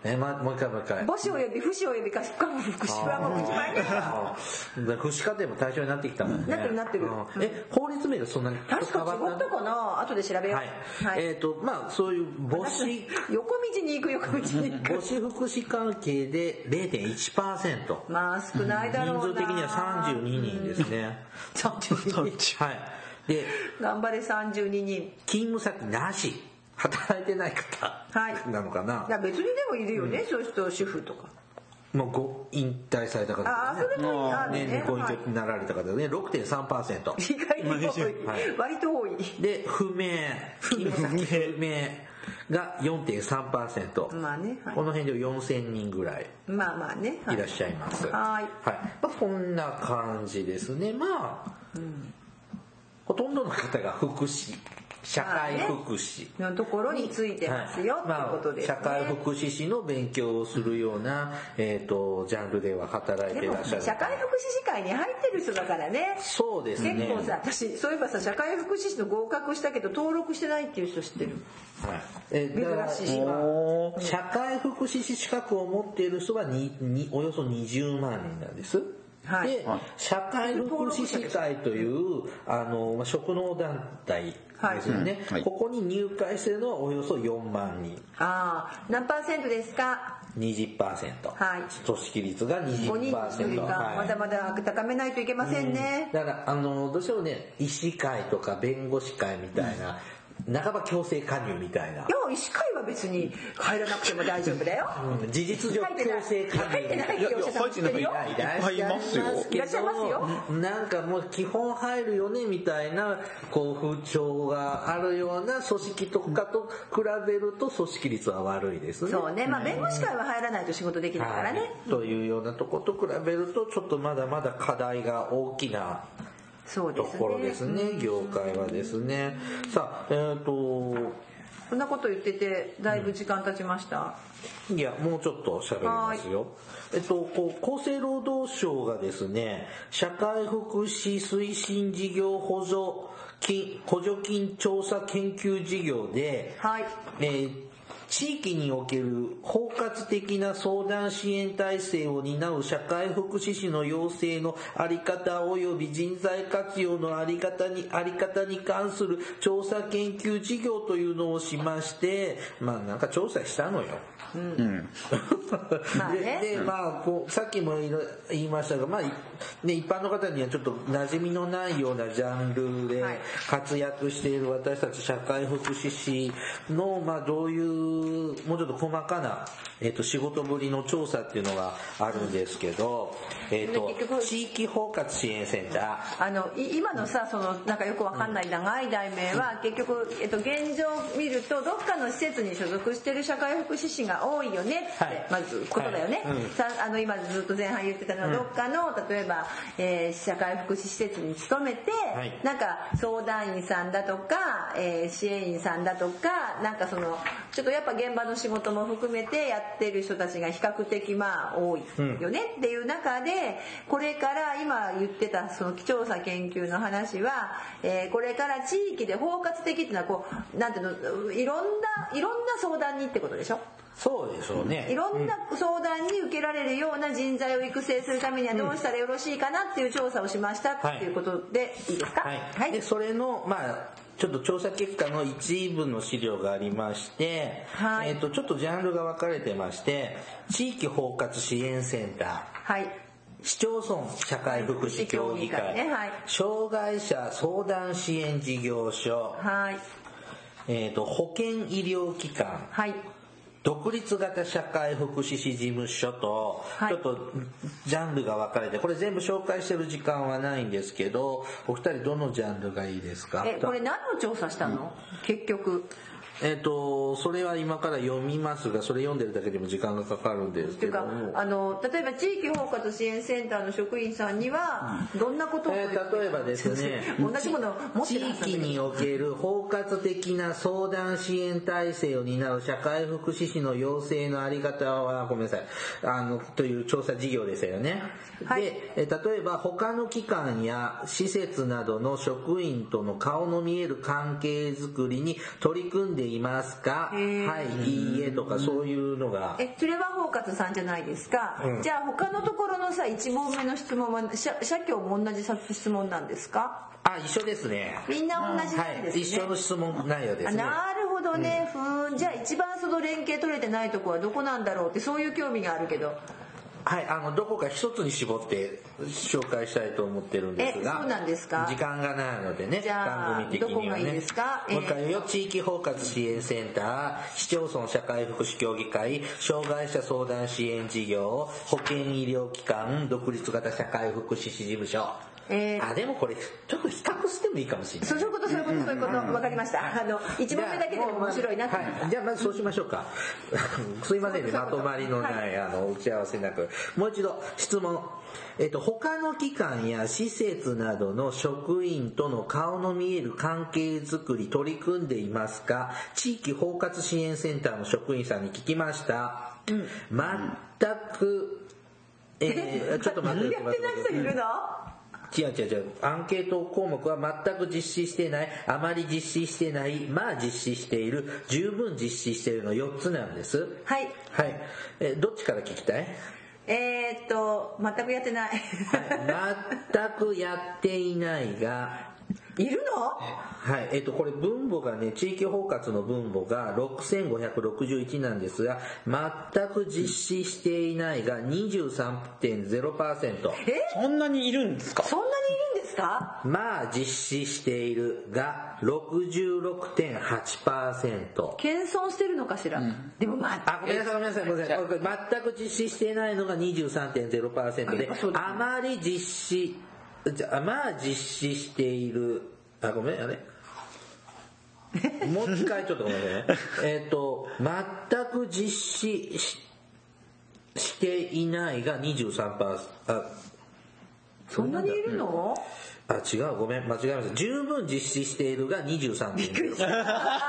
Speaker 1: え、ま、もう一回もう一回。
Speaker 2: 母子および不死および家父福祉はもう口前ね
Speaker 1: あ ーだから不死家庭も対象になってきたもんね。
Speaker 2: なってるなってる
Speaker 1: うんえ、法律名がそんなに
Speaker 2: 確か
Speaker 1: 変
Speaker 2: 違
Speaker 1: わ
Speaker 2: っ
Speaker 1: った
Speaker 2: たかな後で調べよう
Speaker 1: はい。えっ、と、まあ、そういう母子、
Speaker 2: 横道に行く横道に行く
Speaker 1: 母子福祉関係で0.1%。
Speaker 2: まあ少ないだろう
Speaker 1: 人数
Speaker 2: な
Speaker 1: 的には32人ですね。32人。はい。で、
Speaker 2: 頑張れ32人
Speaker 1: 勤務先なし、働いてない方
Speaker 2: はい
Speaker 1: なのかな。
Speaker 2: いや別にでもいるよね、そういう人主婦とか
Speaker 1: もうご引退された方と
Speaker 2: あ
Speaker 1: か
Speaker 2: あそれ
Speaker 1: ね。
Speaker 2: もいいあ
Speaker 1: ね、
Speaker 2: ね
Speaker 1: ご引
Speaker 2: はい
Speaker 1: 退になられた方ね、6.3%。
Speaker 2: 意外に多い、
Speaker 1: はい
Speaker 2: 割と多い
Speaker 1: で、不明、勤務先不明が4.3%。
Speaker 2: まあね、はい
Speaker 1: この辺で4000人ぐらい
Speaker 2: まあまあね、はい
Speaker 1: らっしゃいます。
Speaker 2: はい
Speaker 1: まあ、こんな感じですね。まあ、ほとんどの方が福祉、社会福祉。
Speaker 2: のところについてますよ、
Speaker 1: はい
Speaker 2: ということです、ね
Speaker 1: まあ、社会福祉士の勉強をするような、えっ、と、ジャンルでは働いて
Speaker 2: で
Speaker 1: い
Speaker 2: も
Speaker 1: らっしゃる。
Speaker 2: 社会福祉士会に入ってる人だからね
Speaker 1: そうですね。
Speaker 2: 結構さ私そういえばさ社会福祉士の合格したけど登録してないっていう人知ってる
Speaker 1: はい。えーだから
Speaker 2: 珍しい
Speaker 3: おー
Speaker 1: 社会福祉士資格を持っている人はににおよそ20万人なんです。
Speaker 2: はい
Speaker 1: で
Speaker 3: はい、
Speaker 1: 社会福祉士会という、あの、まあ職能団体ですよね、
Speaker 3: はいうんはい
Speaker 1: ここに入会してるのはおよそ4万人、
Speaker 2: ああ何パーセントですか
Speaker 1: 20%。
Speaker 2: はい
Speaker 1: 組織率が20%。
Speaker 2: 5人というか、
Speaker 1: はい
Speaker 2: まだまだ高めないといけませんね、
Speaker 1: だからあのどうしてもね医師会とか弁護士会みたいな、半ば強制加入みたいない
Speaker 2: や医師会は別に入らなくても大丈夫だよ
Speaker 1: うん事実上
Speaker 2: 入ってない
Speaker 1: 強制加
Speaker 2: 入
Speaker 1: 入
Speaker 2: ってない
Speaker 3: いやいや入ってない
Speaker 2: い
Speaker 3: い
Speaker 2: や
Speaker 1: い
Speaker 3: っぱいいますよ
Speaker 1: けど
Speaker 2: いらっしゃいますよ
Speaker 1: なんかもう基本入るよねみたいなこう風潮があるような組織とかと比べると組織率は悪いですね
Speaker 2: そうねまあ弁護士会は入らないと仕事できないからね、
Speaker 1: はいというようなとこと比べるとちょっとまだまだ課題が大きな
Speaker 2: そうで
Speaker 1: と
Speaker 2: すね
Speaker 1: ころですね業界はですねさあえっ、と
Speaker 2: こんなこと言っててだいぶ時間経ちました、
Speaker 1: いや、もうちょっと喋りますよ。えっと、こう、厚生労働省がですね、社会福祉推進事業補助金、補助金調査研究事業で、
Speaker 2: はい
Speaker 1: えー地域における包括的な相談支援体制を担う社会福祉士の養成のあり方及び人材活用のあり方に、あり方に関する調査研究事業というのをしまして、まあなんか調査したのよ。
Speaker 2: まあね
Speaker 1: ででまあこうさっきもいろ言いましたが、まあいね、一般の方にはちょっと馴染みのないようなジャンルで
Speaker 2: はい
Speaker 1: 活躍している私たち社会福祉士の、まあ、どういうもうちょっと細かな、えっと仕事ぶりの調査っていうのがあるんですけど、えっと
Speaker 2: 結局
Speaker 1: 地域包括支援センタ
Speaker 2: あのい今のさそのなんかよくわかんない長い題名は結局、えっと、現状を見るとどっかの施設に所属してる社会福祉士が多いよねって、
Speaker 1: はい
Speaker 2: まずことだよね、
Speaker 1: はいうん
Speaker 2: さあの今ずっと前半言ってたのはどっかの、例えば、えー社会福祉施設に勤めて、
Speaker 1: はい
Speaker 2: なんか相談員さんだとか、えー支援員さんだとかなんかそのちょっとやっぱ現場の仕事も含めてやってる人たちが比較的まあ多いよねっていう中でこれから今言ってたその調査研究の話は、えーこれから地域で包括的っていうのはこうなんていうのいろんないろんな相談にってことでしょ
Speaker 1: ーそうでしょうね
Speaker 2: いろんな相談に受けられるような人材を育成するためにはどうしたらよろしいかなっていう調査をしましたっていうことでいいですか
Speaker 1: はい、
Speaker 2: はい
Speaker 1: でそれのまあちょっと調査結果の一部の資料がありまして、
Speaker 2: はい
Speaker 1: えっとちょっとジャンルが分かれてまして地域包括支援センタ
Speaker 2: はい
Speaker 1: ー市町村社会福祉協議会、
Speaker 2: ねはい
Speaker 1: 障害者相談支援事業所、
Speaker 2: はい
Speaker 1: えっと保健医療機関
Speaker 2: はい
Speaker 1: 独立型社会福祉士事務所と、
Speaker 2: は
Speaker 1: ち
Speaker 2: い
Speaker 1: ょっとジャンルが分かれてこれ全部紹介してる時間はないんですけどお二人どのジャンルがいいですか
Speaker 2: えこれ何の調査したの結局
Speaker 1: えっ、とそれは今から読みますがそれ読んでるだけでも時間がかかるんです
Speaker 2: って
Speaker 1: け
Speaker 2: いう
Speaker 1: ど
Speaker 2: か
Speaker 1: も
Speaker 2: あの例えば地域包括支援センターの職員さんにはどんなことを
Speaker 1: えー例えばですね
Speaker 2: 同じものを持って
Speaker 1: 地
Speaker 2: るは
Speaker 1: 域
Speaker 2: ずなんだけど
Speaker 1: における包括的な相談支援体制を担う社会福祉士の要請のあり方はごめんなさいあのという調査事業でしたよね、
Speaker 2: はい
Speaker 1: でえー例えば他の機関や施設などの職員との顔の見える関係づくりに取り組んでいますか
Speaker 2: へー
Speaker 1: はいいいえとかそういうのが
Speaker 2: えそれは包括さんじゃないですか、
Speaker 1: うん
Speaker 2: じゃあ他のところのさ1問目の質問は社社協も同じ質問なんですか
Speaker 1: あ一緒ですね
Speaker 2: みんな同じ
Speaker 1: は
Speaker 2: なんですね、
Speaker 1: い、一緒の質問内容ですね
Speaker 2: あなるほどね、ふーんじゃあ一番その連携取れてないとこはどこなんだろうってそういう興味があるけど
Speaker 1: はい、あのどこか一つに絞って紹介したいと思ってるんですが
Speaker 2: えそうなんですか
Speaker 1: 時間がないのでね
Speaker 2: じゃあ
Speaker 1: 番組的にはね
Speaker 2: どこがいいですかえー
Speaker 1: もう一回言うよ地域包括支援センター市町村社会福祉協議会障害者相談支援事業保健医療機関独立型社会福祉士事務所、
Speaker 2: えー
Speaker 1: あでもこれちょっと比較してもいいかもしれない
Speaker 2: そういうことそういうことそういうこと分かりましたあの1問目だけでも面白いなって
Speaker 1: は じゃあまずそうしましょうか すいませんね
Speaker 2: そうい
Speaker 1: ま
Speaker 2: うこと
Speaker 1: とまりのないあの打ち合わせなくもう一度質問えっと他の機関や施設などの職員との顔の見える関係づくり取り組んでいますか地域包括支援センターの職員さんに聞きました、全くえー、 ちょっと待って
Speaker 2: やってない人いるの
Speaker 1: 違う違う違うアンケート項目は全く実施してないあまり実施してないまあ実施している十分実施しているの4つなんです
Speaker 2: はい
Speaker 1: はいえどっちから聞きたい
Speaker 2: えー、っと全くやってない
Speaker 1: 全くやっていないが
Speaker 2: いるの
Speaker 1: はいえっとこれ分母がね地域包括の分母が6561なんですが全く実施していないが23.0%
Speaker 2: え
Speaker 3: そんなにいるんですか
Speaker 2: そんなにいるんですか
Speaker 1: まあ実施しているが66.8%
Speaker 2: 謙遜してるのかしら、でもま
Speaker 1: あ
Speaker 2: あ
Speaker 1: ごめんなさいごめんなさいごめんなさいこれ全く実施していないのが23.0%で
Speaker 2: あそうだね
Speaker 1: あまり実施じゃあまあ実施しているあごめんあれもう一回ちょっとごめんなさいね えっと全く実施ししていないが23%あ
Speaker 2: そんなにいるの、
Speaker 1: あ違うごめん間違えました十分実施しているが23びっくりした
Speaker 2: あ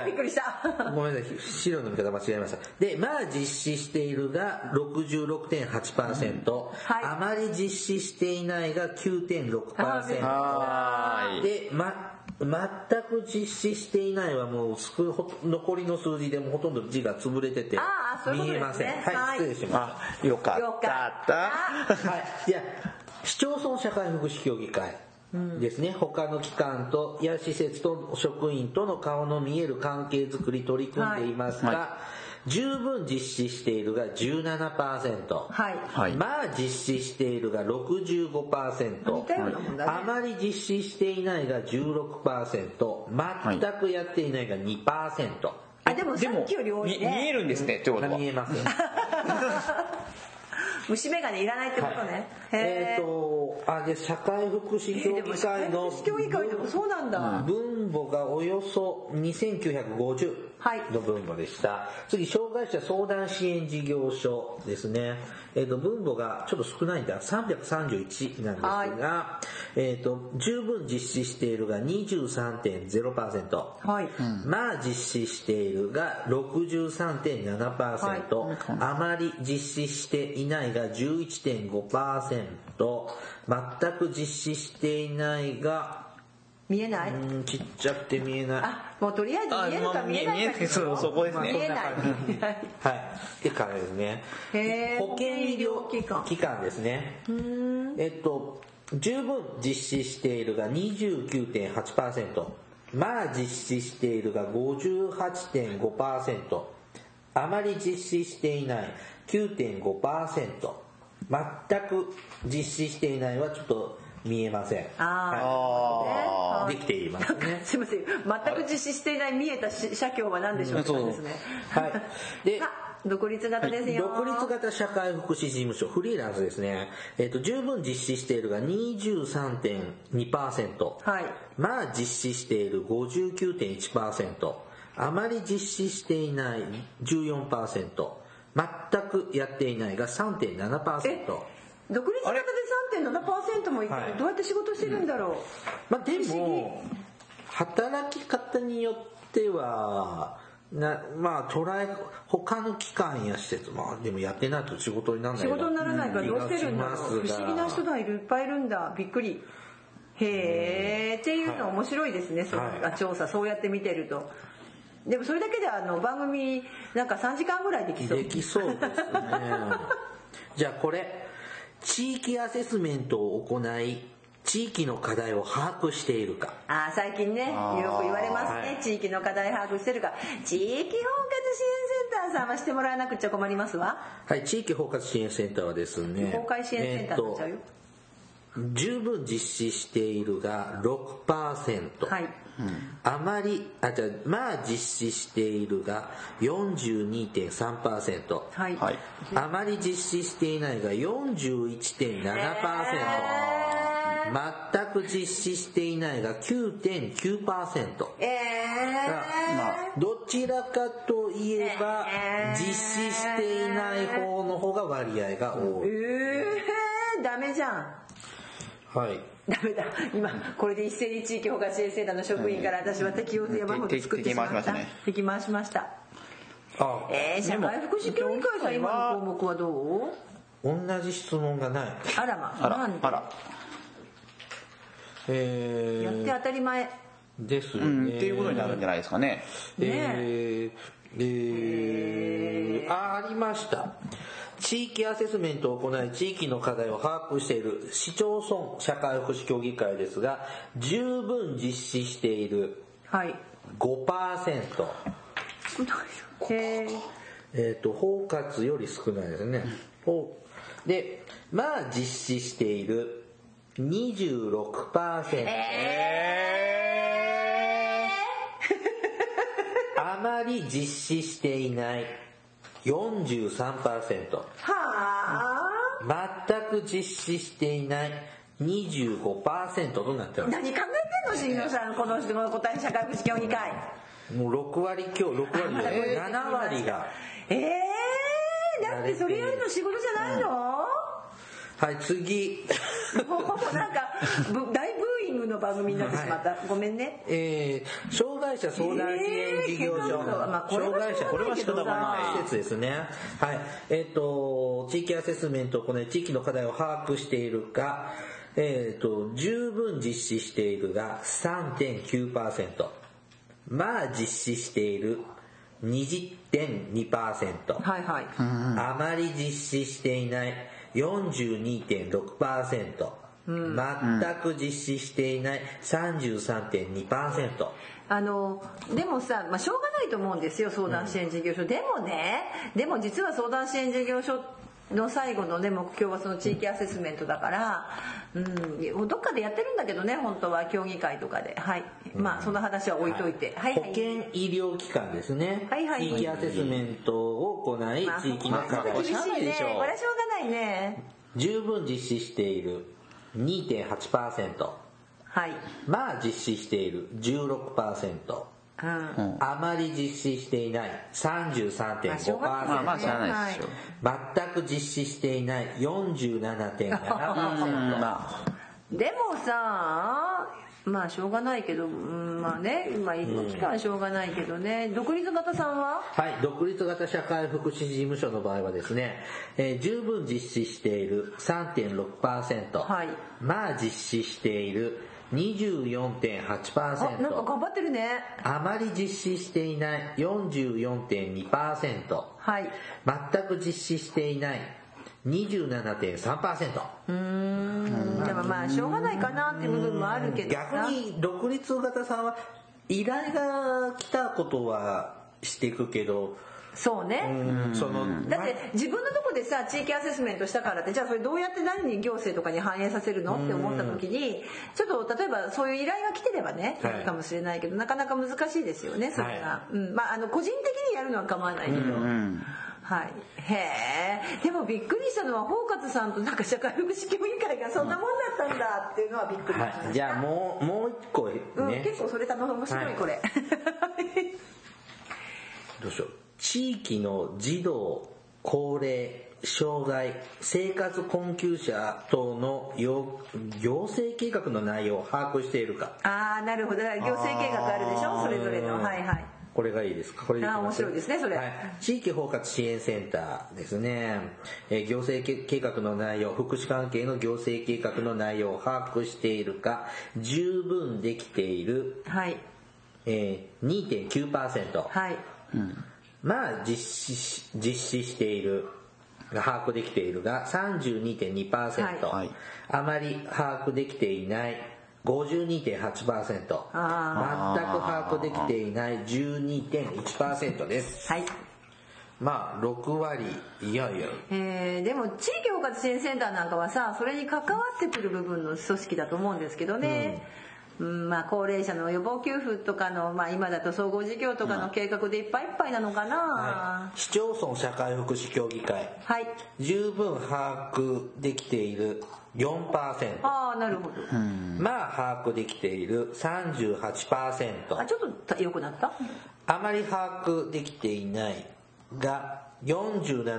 Speaker 2: ーびっくりした
Speaker 1: ごめんなさい資料の見方間違えましたでまあ実施しているが66.8%、
Speaker 2: はい
Speaker 1: あまり実施していないが
Speaker 2: あーびっくりした
Speaker 1: 9.6%
Speaker 3: は
Speaker 1: でま全く実施していないはもうすくほと残りの数字でもうほとんど字が潰れてて
Speaker 2: あーそうい
Speaker 1: 見
Speaker 2: うことで
Speaker 1: え
Speaker 2: すね
Speaker 1: ません
Speaker 2: は
Speaker 1: はいい失礼します
Speaker 3: あよかった
Speaker 2: よかった
Speaker 1: はい、じゃあ市町村社会福祉協議会ですね、他の機関とや施設と職員との顔の見える関係づくり取り組んでいますが、
Speaker 3: はい
Speaker 1: 十分実施しているが17%、
Speaker 2: はい
Speaker 3: はい
Speaker 1: まあ実施しているが65%
Speaker 2: 似たようなもんだね
Speaker 1: あまり実施していないが16%全くやっていないが2%、
Speaker 2: あでもさっきより多い
Speaker 3: み見え
Speaker 2: ね
Speaker 3: るんですねってことは
Speaker 1: 見えますよ
Speaker 2: 虫眼鏡い らないってことね、
Speaker 1: え
Speaker 2: へ
Speaker 1: っ、とあで社会福祉協
Speaker 2: えーでも
Speaker 1: 議会の
Speaker 2: 協議会でもそうなんだ、
Speaker 1: 分母がおよそ2950の分母でした、次障害者相談支援事業所ですね、えー、と分母がちょっと少ないんだ331なんですが、えー、と十分実施しているが23.0%、
Speaker 2: はい、
Speaker 1: まあ実施しているが63.7%、
Speaker 2: は
Speaker 1: あまり実施していないが11.5%全く実施していないが
Speaker 2: 見えない
Speaker 1: うんちっちゃくて見えない
Speaker 2: あもうとりあえず見える
Speaker 3: ま
Speaker 2: か
Speaker 3: あ
Speaker 2: 見えないか
Speaker 3: 見えそうそこです
Speaker 1: まあ
Speaker 3: ね、
Speaker 2: 見えない
Speaker 1: こんな感じはい。ってからですね。
Speaker 2: へー
Speaker 1: 保険医療機関ですね。えっと、十分実施しているが29.8%。まあ実施しているが58.5%。あまり実施していない9.5%。全く実施していないはちょっと見えません。
Speaker 2: あ
Speaker 3: あ
Speaker 2: ー
Speaker 1: はいできてい ますね
Speaker 2: あ。すいません全く実施していない見えたし社協は何でしょうって感じですね
Speaker 1: はい。で
Speaker 2: さ、あ独立型ですよ
Speaker 1: 独立型社会福祉事務所フリーランスですね、えっと十分実施しているが23.2%、
Speaker 2: はい
Speaker 1: まあ実施している59.1%あまり実施していない14%全くやっていないが3.7%
Speaker 2: 独立型で3.7%もいて
Speaker 1: はい
Speaker 2: どうやって仕事してるんだろう、
Speaker 1: まあでも働き方によってはなまあ捉え他の機関や施設まあでもやってないと仕事にならない
Speaker 2: 仕事にならないからどうしてるんだろう
Speaker 1: 気がします
Speaker 2: 不
Speaker 1: が
Speaker 2: 思議な人だいるいっぱいいるんだびっくりへえっていうの面白いですね、その
Speaker 1: はい
Speaker 2: 調査そうやって見てるとでもそれだけであの番組なんか3時間ぐらいできそう
Speaker 1: できそうですねじゃあこれ地域アセスメントを行い地域の課題を把握しているか
Speaker 2: あー最近ね
Speaker 3: あー
Speaker 2: よく言われますね、
Speaker 1: はい
Speaker 2: 地域の課題把握してるから地域包括支援センターさんはしてもらわなくちゃ困りますわ
Speaker 1: はい地域包括支援センターはですね
Speaker 2: 公開支援センターになっちゃうよ、
Speaker 1: えーと十分実施しているが6%、
Speaker 2: はい
Speaker 1: あまりあじゃあまあ実施しているが42.3%、
Speaker 2: はい、
Speaker 3: はい
Speaker 1: あまり実施していないが41.7%、
Speaker 2: え
Speaker 1: 全く実施していないが9.9%
Speaker 2: えー
Speaker 3: まあ
Speaker 1: どちらかといえば
Speaker 2: え
Speaker 1: 実
Speaker 2: ー
Speaker 1: 施していない方の方が割合が多
Speaker 2: え
Speaker 1: い、
Speaker 2: ー、ダメじゃん
Speaker 1: はい
Speaker 2: ダメだ今これで一斉に地域包括支援センターの職員から私は敵を山ほど作ってしまった
Speaker 3: 敵敵回しましたね
Speaker 2: 敵回しました
Speaker 1: あ
Speaker 2: えー、社会福祉協議会さん今の項目はどう
Speaker 1: 同じ質問がない
Speaker 2: あらま
Speaker 3: あら
Speaker 2: なんで
Speaker 3: あら、
Speaker 1: え
Speaker 2: やって
Speaker 1: ー、
Speaker 2: 当たり前
Speaker 1: ですよ
Speaker 3: う
Speaker 1: ね、
Speaker 3: ん、っていうことになるんじゃないですかね
Speaker 1: えーえーあありました地域アセスメントを行い地域の課題を把握している市町村社会福祉協議会ですが十分実施している
Speaker 2: はい
Speaker 1: 5%
Speaker 2: へー
Speaker 1: えっ、と包括より少ないですねほうでまあ実施している26%、あまり実施していない43%
Speaker 2: はあ
Speaker 1: 全く実施していない25%となってます
Speaker 2: 何考えてんの新野さんこの人の答え社会福祉協議会
Speaker 1: もう6割強6割
Speaker 2: まだこれ
Speaker 1: よ7割が
Speaker 2: ええー、だってそれやるの仕事じゃないの、
Speaker 1: はい次
Speaker 2: もう なんかぶ大ブーイングの番組になってしまった、ごめんね
Speaker 1: えー、障害者相談支援事業所、
Speaker 2: えーまあこれ
Speaker 1: 障
Speaker 2: は
Speaker 1: 害者
Speaker 2: これは仕方がない
Speaker 1: 施設ですねはいえっ、と地域アセスメントを行い地域の課題を把握しているかえっ、と十分実施しているが3.9%まあ実施している20.2%、
Speaker 2: はいはい
Speaker 1: あまり実施していない42.6%、全く実施していない33.2%、
Speaker 2: あのでもさ、まあ、しょうがないと思うんですよ相談支援事業所、でもねでも実は相談支援事業所の最後の、ね、目標はその地域アセスメントだから、うん、どっかでやってるんだけどね本当は協議会とかではいまあその話は置いといて、はい、はい
Speaker 1: 保健医療機関ですね、
Speaker 2: はいはい
Speaker 1: 地域アセスメントを行い、
Speaker 2: まあ、
Speaker 1: 地域の課題
Speaker 2: 厳
Speaker 1: を
Speaker 2: しいね
Speaker 3: しゃあないでしょう
Speaker 2: これはしょうがないね
Speaker 1: 十分実施している2.8%
Speaker 2: はい、
Speaker 1: まあ実施している16%
Speaker 2: うん
Speaker 3: うん
Speaker 1: あまり実施していない
Speaker 2: まあし
Speaker 1: 33.5%、
Speaker 2: ょうがない
Speaker 3: まあまあ知らないですよ、
Speaker 1: 全く実施していない
Speaker 3: うん
Speaker 1: 47.7%
Speaker 3: ま
Speaker 2: でもさまあしょうがないけど、うん、まあね今医療機関はしょうがないけどね、独立型さんは
Speaker 1: はい独立型社会福祉事務所の場合はですね、えー十分実施している3.6%、
Speaker 2: はい
Speaker 1: まあ実施している
Speaker 2: あなんか
Speaker 1: 24.8%
Speaker 2: 頑張ってるね
Speaker 1: あまり実施していない44.2%
Speaker 2: はい
Speaker 1: 全く実施していない27.3%
Speaker 2: うーんでもまあしょうがないかなっていう部分もあるけどさ
Speaker 1: 逆に独立型さんは依頼が来たことはしていくけど、
Speaker 2: そうね、
Speaker 1: その
Speaker 2: だって自分のとこでさ地域アセスメントしたからってじゃあそれどうやって何に行政とかに反映させるのって思った時にちょっと例えばそういう依頼が来てればね
Speaker 1: はい
Speaker 2: やるかもしれないけどなかなか難しいですよねそれが、
Speaker 1: は
Speaker 2: うんまあ、あの個人的にやるのは構わないけど。
Speaker 3: うん
Speaker 2: はい、へえでもびっくりしたのは包括さんとなんか社会福祉協議会がそんなもんだったんだっていうのはびっくりしました、
Speaker 1: はい、じゃあもうもう一個ね、
Speaker 2: うん、結構それ楽しい面白
Speaker 1: はいい
Speaker 2: これ、
Speaker 1: どうしよう地域の児童高齢障害生活困窮者等の要行政計画の内容を把握しているか
Speaker 2: ああなるほどだから行政計画あるでしょそれぞれのはいはい
Speaker 1: これがいいですかこれきます
Speaker 2: あー面白いですねそれ
Speaker 1: はい、地域包括支援センターですね、えー行政け計画の内容福祉関係の行政計画の内容を把握しているか十分できている、
Speaker 2: はい
Speaker 1: えー、2.9%
Speaker 2: はい
Speaker 1: まあ実施し実施しているが把握できているが32.2%、
Speaker 3: はいはい
Speaker 1: あまり把握できていない52.8%全く
Speaker 2: あ
Speaker 1: 把握できていない12.1%です
Speaker 2: はい
Speaker 1: まあ6割いやいや
Speaker 2: えーでも地域包括支援センターなんかはさそれに関わってくる部分の組織だと思うんですけどね、うんまあ、高齢者の予防給付とかの、まあ、今だと総合事業とかの計画でいっぱいいっぱいなのかな、
Speaker 1: 市町村社会福祉協議会
Speaker 2: はい、
Speaker 1: 十分把握できている4%
Speaker 2: ああなるほど、
Speaker 1: まあ把握できている38%
Speaker 2: あちょっと良くなった
Speaker 1: あまり把握できていないが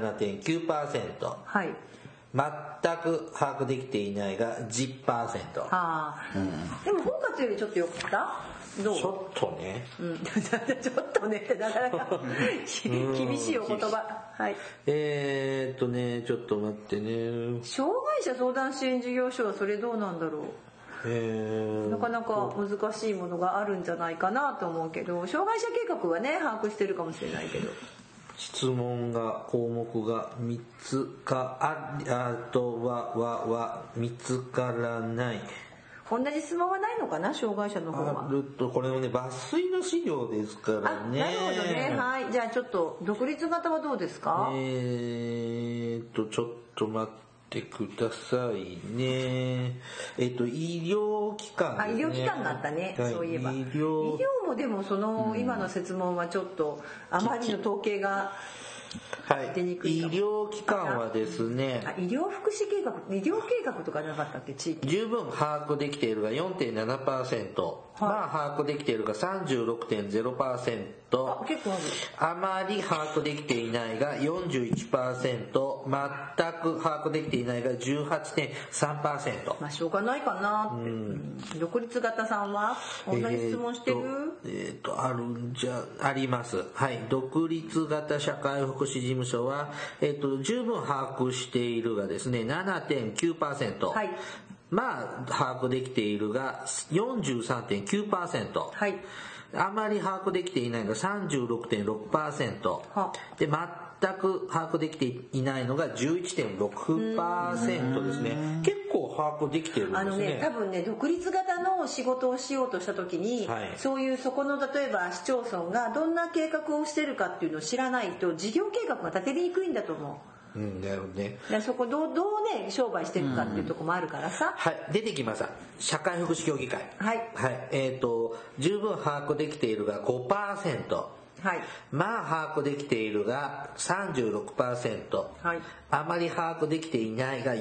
Speaker 1: 47.9%
Speaker 2: はい
Speaker 1: 全く把握できていないが10%
Speaker 2: ああ、でも包括よりちょっと良くなったどう
Speaker 1: ちょっとね
Speaker 2: うん ちょっとねってなかなか 厳しいお言葉はい
Speaker 1: えー、っとねちょっと待ってね
Speaker 2: 障害者相談支援事業所はそれどうなんだろう
Speaker 1: えー
Speaker 2: なかなか難しいものがあるんじゃないかなと思うけど障害者計画はね把握してるかもしれないけど
Speaker 1: 質問が項目が3つかああとははは見つからない
Speaker 2: こんなに質問はないのかな障害者の方
Speaker 1: あ
Speaker 2: は
Speaker 1: るとこれもね抜粋の資料ですか
Speaker 2: あ
Speaker 1: らね
Speaker 2: なるほどねはいじゃあちょっと独立型はどうですか、
Speaker 1: えーっと、ちょっと待ってくださいね。えーっと、医療機関、
Speaker 2: あ医療機関だったね、
Speaker 1: はい
Speaker 2: そういえば
Speaker 1: 医
Speaker 2: 医
Speaker 1: 療
Speaker 2: 療もでもその今の設問はちょっとあまりの統計が
Speaker 1: はい、
Speaker 2: 出にくい
Speaker 1: 医
Speaker 2: かも
Speaker 1: 療機関はですね、
Speaker 2: あ医療福祉計画医療計画とかなかったっけ地域
Speaker 1: 十分把握できているが4.7%、まあ把握できているが36.0%
Speaker 2: あ、結構ある
Speaker 1: あまり把握できていないが41%、全く把握できていないが18.3%。
Speaker 2: まあしょうがないかなって、独立型さんはこんなに質問してる、
Speaker 1: えーっと,、えーっとあるんじゃありますはい独立型社会福祉事務所は、えーっと十分把握しているがですね7.9%、
Speaker 2: はい
Speaker 1: まあ把握できているが43.9%、
Speaker 2: はい
Speaker 1: あまり把握できていないが36.6%、
Speaker 2: は
Speaker 1: で全く把握できていないのが11.6%ですね結構把握できてるんです
Speaker 2: あのね多分ね独立型の仕事をしようとした時に、
Speaker 1: はい
Speaker 2: そういうそこの例えば市町村がどんな計画をしてるかっていうのを知らないと事業計画が立てにくいんだと思う
Speaker 1: うんなるほどね
Speaker 2: だからそこどうどうね商売してるかっていうとこもあるからさ、
Speaker 1: はい、出てきました。社会福祉協議会。
Speaker 2: はい
Speaker 1: はい、えっ、と、十分把握できているが5%。
Speaker 2: はい
Speaker 1: まあ把握できているが36%、
Speaker 2: はい
Speaker 1: あまり把握できていないが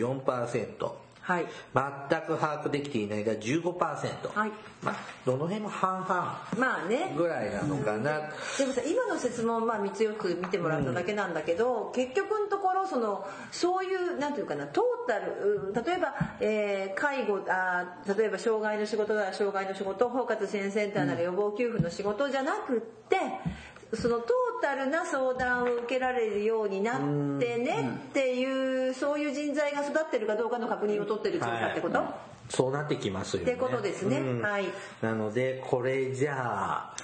Speaker 1: 44%
Speaker 2: はい
Speaker 1: 全く把握できていないが15%、
Speaker 2: はい
Speaker 1: まあ、どの辺も半
Speaker 2: まあね
Speaker 1: 々ぐらいなのかな、
Speaker 2: でもさ今の説問まあ3つ4つ見てもらっただけなんだけど、結局のところそのそういうなんていうかなトータルうん例えば、えー介護あー例えば障害の仕事なら障害の仕事包括支援センターなら予防給付の仕事じゃなくってそのトーータルな相談を受けられるようになってねっていうそういう人材が育ってるかどうかの確認を取ってる調査ってこと、
Speaker 1: はいそうなってきますよね
Speaker 2: ってことですね
Speaker 1: うん
Speaker 2: はい
Speaker 1: なのでこれじゃあ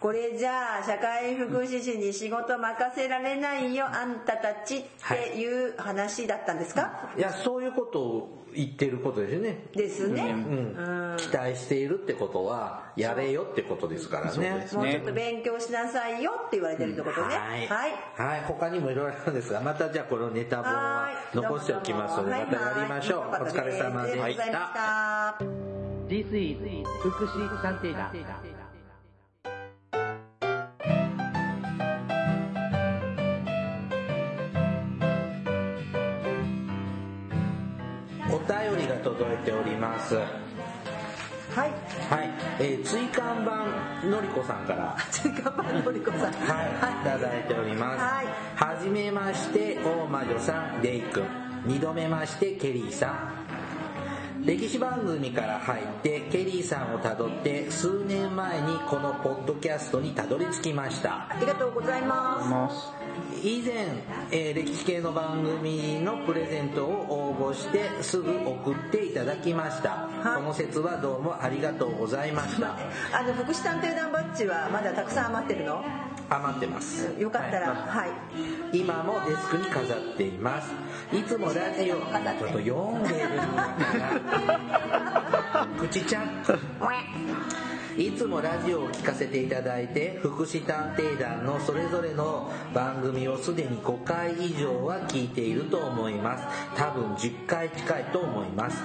Speaker 2: これじゃあ社会福祉士に仕事任せられないよあんたたちっていう話だったんですか、
Speaker 1: いやそういうことを言ってることですよね
Speaker 2: ですね、
Speaker 1: うん
Speaker 2: うん
Speaker 1: 期待しているってことはやれよってことですから
Speaker 3: そう
Speaker 1: ね
Speaker 3: です
Speaker 2: もうちょっと勉強しなさいよって言われてるってことね、
Speaker 1: はい、
Speaker 2: はい
Speaker 1: はい他にもいろいろあるんですがまたじゃあこのネタ本は残しておきますので
Speaker 2: は
Speaker 1: ま
Speaker 2: い
Speaker 1: たやりましょうお
Speaker 2: はい
Speaker 1: 疲れ様でし
Speaker 2: ありがとうございましたた
Speaker 4: This is 福祉探偵団。
Speaker 1: お便りが届いておりますはい
Speaker 2: はい
Speaker 1: えー追刊版のりこさんから
Speaker 2: 追加版のりこさん
Speaker 1: はい、いただいております。
Speaker 2: はい
Speaker 1: はじめまして、大魔女さん、レイ君。二度目まして、ケリーさん。歴史番組から入って、ケリーさんをたどって、数年前にこのポッドキャストにたどり着きました。
Speaker 2: ありがとうございま
Speaker 1: 以前、えー歴史系の番組のプレゼントを応募してすぐ送っていただきました
Speaker 2: はい
Speaker 1: この説はどうもありがとうございました
Speaker 2: すあの福祉探偵団バッジはまだたくさん余ってるの
Speaker 1: 余ってます
Speaker 2: よかったら
Speaker 1: はい
Speaker 2: はい、
Speaker 1: 今もデスクに飾っていますいつもラジオちょっと読んでるんだから口ちゃんいつもラジオを聞かせていただいて福祉探偵団のそれぞれの番組をすでに5回以上は聞いていると思います多分10回近いと思います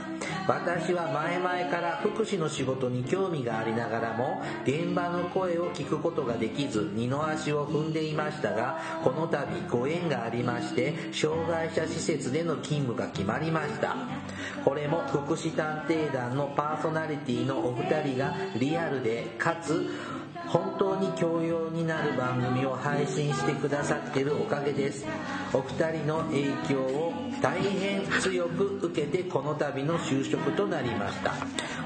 Speaker 1: 私は前々から福祉の仕事に興味がありながらも現場の声を聞くことができず二の足を踏んでいましたがこの度ご縁がありまして障害者施設での勤務が決まりましたこれも福祉探偵団のパーソナリティのお二人がリアルでかつ本当に教養になる番組を配信してくださっているおかげですお二人の影響を大変強く受けてこの度の就職となりました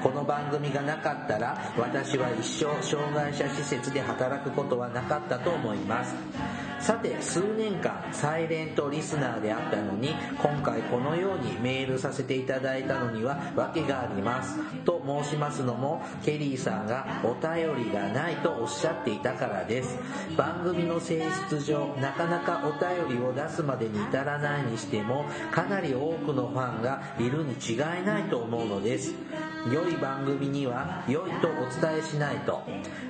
Speaker 1: この番組がなかったら私は一生障害者施設で働くことはなかったと思いますさて数年間サイレントリスナーであったのに今回このようにメールさせていただいたのには訳がありますと申しますのもケリーさんがお便りがないとおっしゃっていたからです番組の性質上なかなかお便りを出すまでに至らないにしてもかなり多くのファンがいるに違いないと思うのです良い番組には良いとお伝えしないと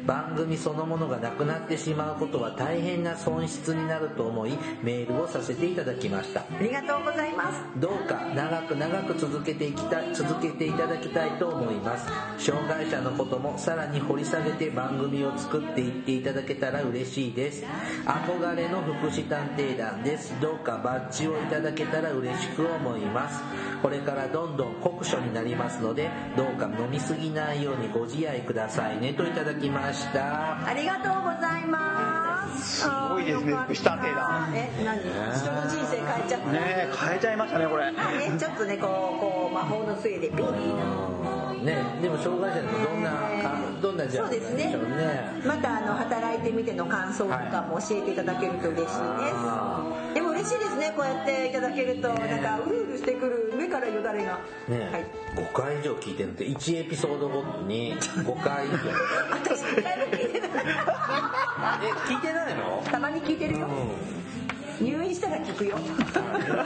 Speaker 1: 番組そのものがなくなってしまうことは大変な損失になると思いメールをさせていただきました
Speaker 2: ありがとうございます
Speaker 1: どうか長く長く続けていきたい続けていただきたいと思います障害者のこともさらに掘り下げて番組を作っていっていただけたら嬉しいです憧れの福祉探偵団ですどうかバッジをいただけたら嬉しく思いますこれからどんどん酷暑になりますのでどうか飲みすぎないようにご自愛くださいねといただきました
Speaker 2: ありがとうございます。す
Speaker 3: ごいですね福祉探偵団。
Speaker 2: え、何？人の人生変えちゃった。
Speaker 3: ねえ変えちゃいましたねこれ
Speaker 2: まあね、ちょっとね、こう、こう魔法の杖でピン。
Speaker 1: ねでも障害者ってどんなかどんなジャンルなんでしょう
Speaker 2: そうです
Speaker 1: ね
Speaker 2: またあの働いてみての感想とかも教えていただけると嬉しいです。
Speaker 1: は
Speaker 2: でも嬉しいですね、こうやっていただけると、
Speaker 1: ね
Speaker 2: なんかうるうるしてくる目からよだれが。
Speaker 1: ね、
Speaker 2: はい。
Speaker 1: 5回以上聞いてるって1エピソードごと に5回以上
Speaker 2: 私一回も聞いてない。
Speaker 1: え聞いてないの
Speaker 2: たまに聞いてる
Speaker 1: う
Speaker 2: よ。
Speaker 1: ん
Speaker 2: 入院したら聞くよ。
Speaker 1: 聞いて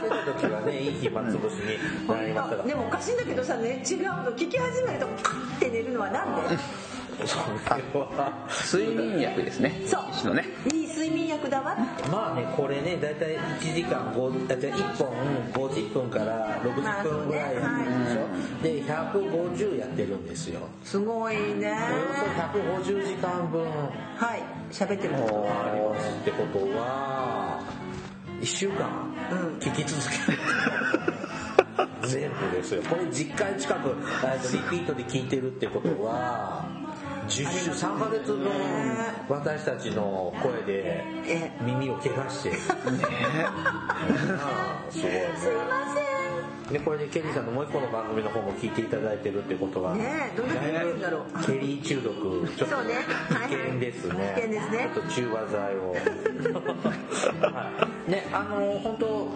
Speaker 1: た時はねいい暇つぶしになりましたが
Speaker 2: でもおかしいんだけどさね違うの聞き始めるとカッて寝るのはなんで
Speaker 3: 睡眠薬ですね
Speaker 2: そう
Speaker 3: 一種のね
Speaker 2: いい睡眠薬だわって
Speaker 1: まあねこれね大体1時間5あじゃあ1本50分から60分ぐらいやってるでしょで150やってるんですよ
Speaker 2: すごいね
Speaker 1: およそ150時間分
Speaker 2: はい喋ってる
Speaker 1: あり
Speaker 2: と
Speaker 1: ますってことは1週間
Speaker 2: うん
Speaker 1: 聞き続ける、全部ですよこれ10回近くえっとリピートで聞いてるってことは10週3ヶ月分私たちの声で
Speaker 2: え
Speaker 1: 耳を怪我してるねえすごいね
Speaker 2: すいません
Speaker 1: でこれでケリーさんのもう一個の番組の方も聞いていただいてるってことは
Speaker 2: ねえどれだけ来るんだろう
Speaker 1: ケリー中毒ちょっと
Speaker 2: そうねはいはい
Speaker 1: 危険ですね
Speaker 2: 危険ですね
Speaker 1: ちょっと中和剤をはいねあの本当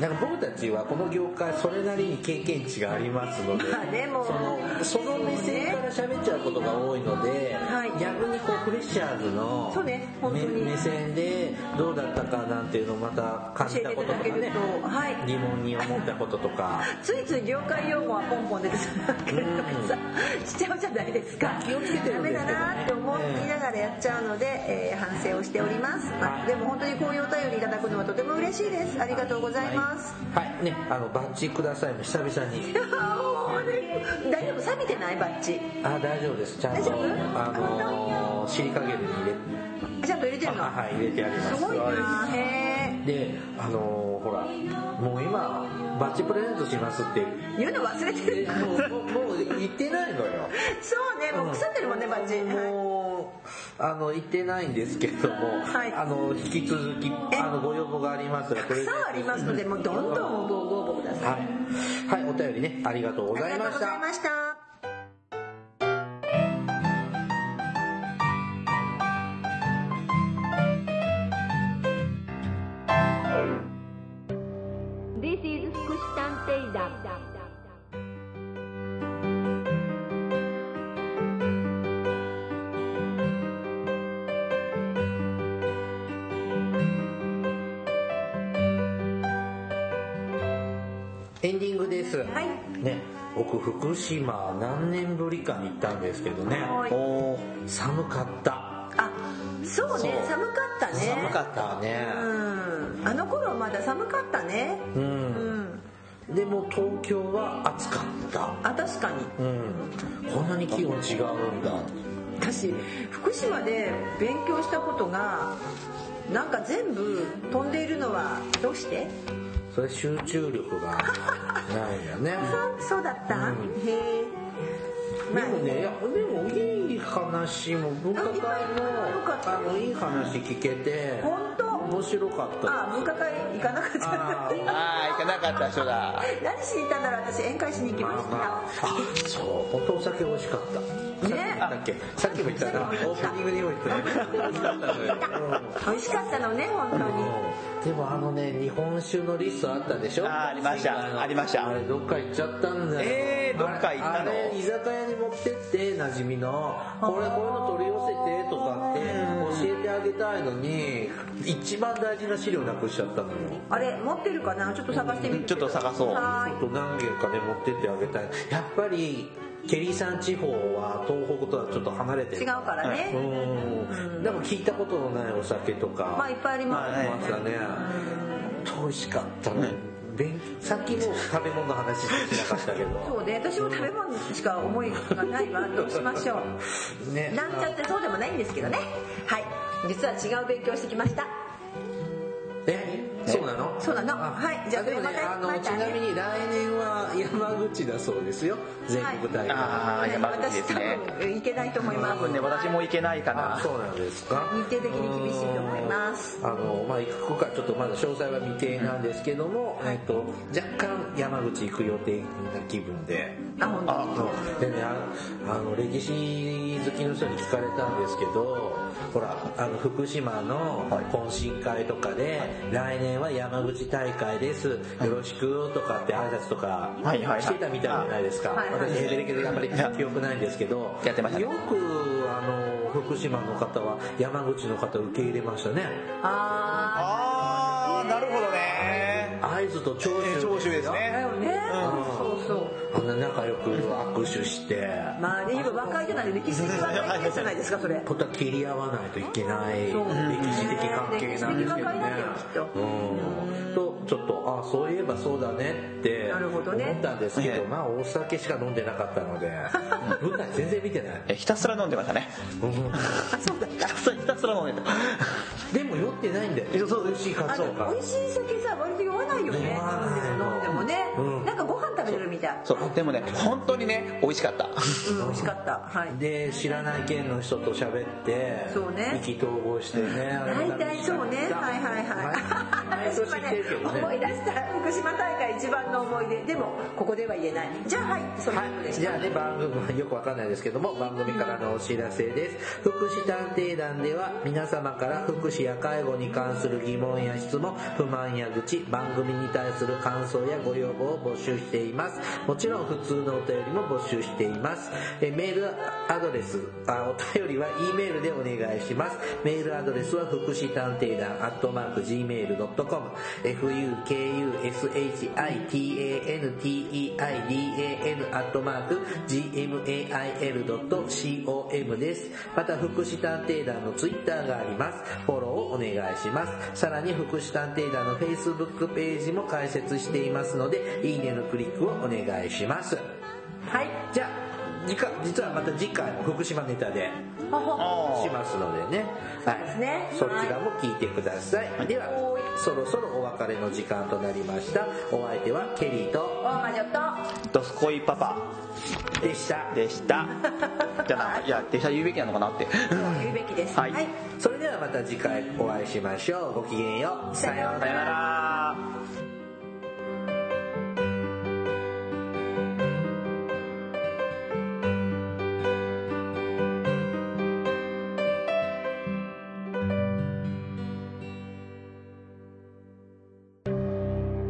Speaker 1: なんか僕たちはこの業界それなりに経験値がありますので
Speaker 2: まあでも
Speaker 1: そのその目線から喋っちゃうことが多いので、
Speaker 2: はい
Speaker 1: 逆にこうプレッシャーズの
Speaker 2: そうね本当に
Speaker 1: 目目線でどうだったかなんていうのをまた感じたこととか
Speaker 2: 教えてい
Speaker 1: ね
Speaker 2: ただけるとはい
Speaker 1: 疑問に思ったこととか
Speaker 2: ついつい業界用語はポンポン出てきたりとかさしちゃうじゃないですか
Speaker 1: 気をつけてる
Speaker 2: ダ
Speaker 1: んで
Speaker 2: メ
Speaker 1: すけどね
Speaker 2: だなって思いながらやっちゃうので、えー反省をしております、まあでも本当にこういうお便りいただくのはとても嬉しいです ありがとうございます、
Speaker 1: はい、はいねあのバッチくださいも久々 に
Speaker 2: いやーもうね大丈夫錆びてないバッジ
Speaker 1: あ大丈夫ですちゃん
Speaker 2: 大
Speaker 1: と
Speaker 2: 丈夫
Speaker 1: あのー尻陰に入れ
Speaker 2: ちゃんと入れて
Speaker 1: あ
Speaker 2: るの
Speaker 1: はい入れてあります
Speaker 2: すごいなへえ
Speaker 1: であのーほらもう今バッチプレゼントしますって
Speaker 2: 言うの忘れてる
Speaker 1: もうもうもう言ってないのよ
Speaker 2: そうねもう腐ってるもんねバッジはい
Speaker 1: もうあの言ってないんですけども、
Speaker 2: はい
Speaker 1: あの引き続きあのご要望がありますらこれ
Speaker 2: 草ありますのでもうどんどんご応募ください
Speaker 1: はい、はい、お便りねありがとうございました
Speaker 2: ました
Speaker 5: 福祉探偵団
Speaker 1: エンディングです、
Speaker 2: はい
Speaker 1: ね僕福島何年ぶりかに行ったんですけどね
Speaker 2: はい
Speaker 1: おー寒かった
Speaker 2: あそうね
Speaker 3: そう
Speaker 2: 寒かったね
Speaker 1: 寒かったね
Speaker 2: うんあの頃まだ寒かったね
Speaker 1: う、
Speaker 2: うんん
Speaker 1: でも東京は暑かった
Speaker 2: あ確かに
Speaker 1: うんこんなに気温違うんだ
Speaker 2: 私福島で勉強したことがなんか全部飛んでいるのはどうして
Speaker 1: それ集中力がないんだ ね
Speaker 2: そうだった、
Speaker 1: うん
Speaker 2: へえ
Speaker 1: でもね、いやでもいい話も文化会も
Speaker 2: あいっぱいよかった
Speaker 1: あのいい話聞けて
Speaker 2: 本当
Speaker 1: 面白かった
Speaker 2: あ文化会行かなかった
Speaker 1: あー
Speaker 3: ああ行かなかった人だ
Speaker 2: 何しに行ったんだろう私宴会しに行きま
Speaker 1: まあ
Speaker 2: した、
Speaker 1: まあ、あそう本当お酒美味しかった
Speaker 2: ね
Speaker 1: さっきも言ったっけさっきも言ったなオープニングでも言った な美味しかったのよ
Speaker 2: 美味しかったのね本当
Speaker 1: で
Speaker 2: に、
Speaker 1: もあのね日本酒のリストあったでしょ
Speaker 3: あーありました
Speaker 1: の
Speaker 3: ありました
Speaker 1: あれどっか行っちゃったんだよ
Speaker 3: えーどっか行ったの
Speaker 1: あれあれ居酒屋に持ってってなじみのこれこういうの取り寄せてとかって教えてあげたいのに一番大事な資料なくしちゃったのよ
Speaker 2: あれ持ってるかなちょっと探してみる
Speaker 3: ちょっと探そう
Speaker 1: ちょ
Speaker 2: は
Speaker 1: っと何軒かね持ってってあげたいやっぱりケリーさん地方は東北とはちょっと離れて
Speaker 2: ーい違
Speaker 1: る
Speaker 2: うからね、
Speaker 1: うんでも聞いたことのないお酒とか
Speaker 2: まあいっぱいあります
Speaker 1: ありましたね美味しかったね勉さっきも食べ物の話しかなかったけど
Speaker 2: そうで私も食べ物しか思いがないわとしましょう、
Speaker 1: ね
Speaker 2: なんちゃってそうでもないんですけどねはい実は違う勉強してきました
Speaker 1: えそうなの
Speaker 2: そうなの
Speaker 1: あ
Speaker 2: はいじゃあ
Speaker 1: あでもね
Speaker 2: これまた
Speaker 1: あの
Speaker 2: また
Speaker 1: ちなみに来年は山口だそうですよ全国大会
Speaker 3: あー
Speaker 2: はい
Speaker 3: 山口ですね
Speaker 2: 私多分いけないと思いま
Speaker 3: 多
Speaker 2: す
Speaker 3: 分ね私も行けないか
Speaker 1: あ
Speaker 3: な
Speaker 1: そうなんですか
Speaker 2: 日程的に厳しいと思います
Speaker 1: うんあのまあ行くかちょっとまだ詳細は未定なんですけども、えっと若干山口行く予定な気分で
Speaker 2: あ本当に
Speaker 1: でねああの歴史好きの人に聞かれたんですけどほらあの福島の懇親会とかで、来年は山口大会ですよろしくとかって挨拶とか
Speaker 3: はいはいはい
Speaker 1: してたみたいじゃないですか、
Speaker 2: はいはい
Speaker 1: 私ヘベレケであんまり記憶ないんですけど
Speaker 3: やってましたね
Speaker 1: よくあの福島の方は山口の方受け入れましたね
Speaker 2: あ
Speaker 3: ああなるほどね
Speaker 1: 会津と長州
Speaker 3: 長州です
Speaker 2: あだ
Speaker 3: ね
Speaker 2: よね、
Speaker 1: う
Speaker 2: そうそう
Speaker 1: あんな仲良く握手して
Speaker 2: まあね今若いじゃない歴史的若いじゃないですかそれ
Speaker 1: ことは切り合わないといけない歴
Speaker 2: そう
Speaker 1: 史的関係なんですけどね
Speaker 2: 歴史的和解だよきっと
Speaker 1: うんとちょっとあそういえばそうだねって
Speaker 2: なるほどね
Speaker 1: 思ったんですけど
Speaker 3: ね
Speaker 1: まあお酒しか飲んでなかったので舞台全然見てない
Speaker 3: えひたすら飲んでましたね
Speaker 1: うん
Speaker 3: ひたすらひたすら飲んでた
Speaker 1: でも酔ってないんだよそう美味しいか
Speaker 2: あ
Speaker 1: つお
Speaker 2: の
Speaker 1: か
Speaker 2: 美味しい酒さ割と酔わないよね
Speaker 1: 酔わないの
Speaker 2: 飲んでもね、
Speaker 1: うん
Speaker 2: なんかご飯食べてるみたい
Speaker 3: そうでもね本当にね美味しかった
Speaker 2: うん美味しかったはい
Speaker 1: で知らない県の人と喋って
Speaker 2: そうね
Speaker 1: 意気投合してね
Speaker 2: 大体そうねはいはいはい
Speaker 1: 毎毎
Speaker 2: 話
Speaker 1: 年
Speaker 2: は
Speaker 1: 言って
Speaker 2: ね
Speaker 1: るけどね
Speaker 2: 思い出した福島大会一番の思い出でもここでは言えないじゃあはいそのことでし
Speaker 1: じ
Speaker 2: た
Speaker 1: ゃあね番組 よくわかんないですけども番組からのお知らせです福祉探偵団では皆様から福祉や介護に関する疑問や質問不満や愚痴番組に対する感想やご要望を募集していますもちろん普通のお便りも募集していますえメールアドレスあお便りは E メールでお願いしますメールアドレスは福祉探偵団アットマーク Gmail.com fukushitanteidan アットマーク gmail.com ですまた福祉探偵団のツイッターがありますフォローをお願いしますさらに福祉探偵団の Facebook ページも開設していますのでいいねのクリックをお願いします
Speaker 2: はい
Speaker 1: じゃあ次回実はまた次回も福島ネタで
Speaker 2: ほほ
Speaker 3: あ
Speaker 1: しますのでねはい
Speaker 2: ですね
Speaker 1: そちらも聞いてください、では
Speaker 2: はい
Speaker 1: そろそろお別れの時間となりましたお相手はケリーと
Speaker 2: 大魔女と
Speaker 3: あドスコイパパ
Speaker 1: でした
Speaker 3: でしたじゃあなんかいやでした言うべきなのかなって
Speaker 2: 言うべきです
Speaker 3: はい
Speaker 1: それではまた次回お会いしましょうごきげんようさような
Speaker 3: さよ
Speaker 1: ら
Speaker 3: なら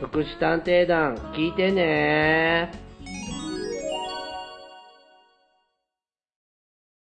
Speaker 4: 福祉探偵団聞いてねー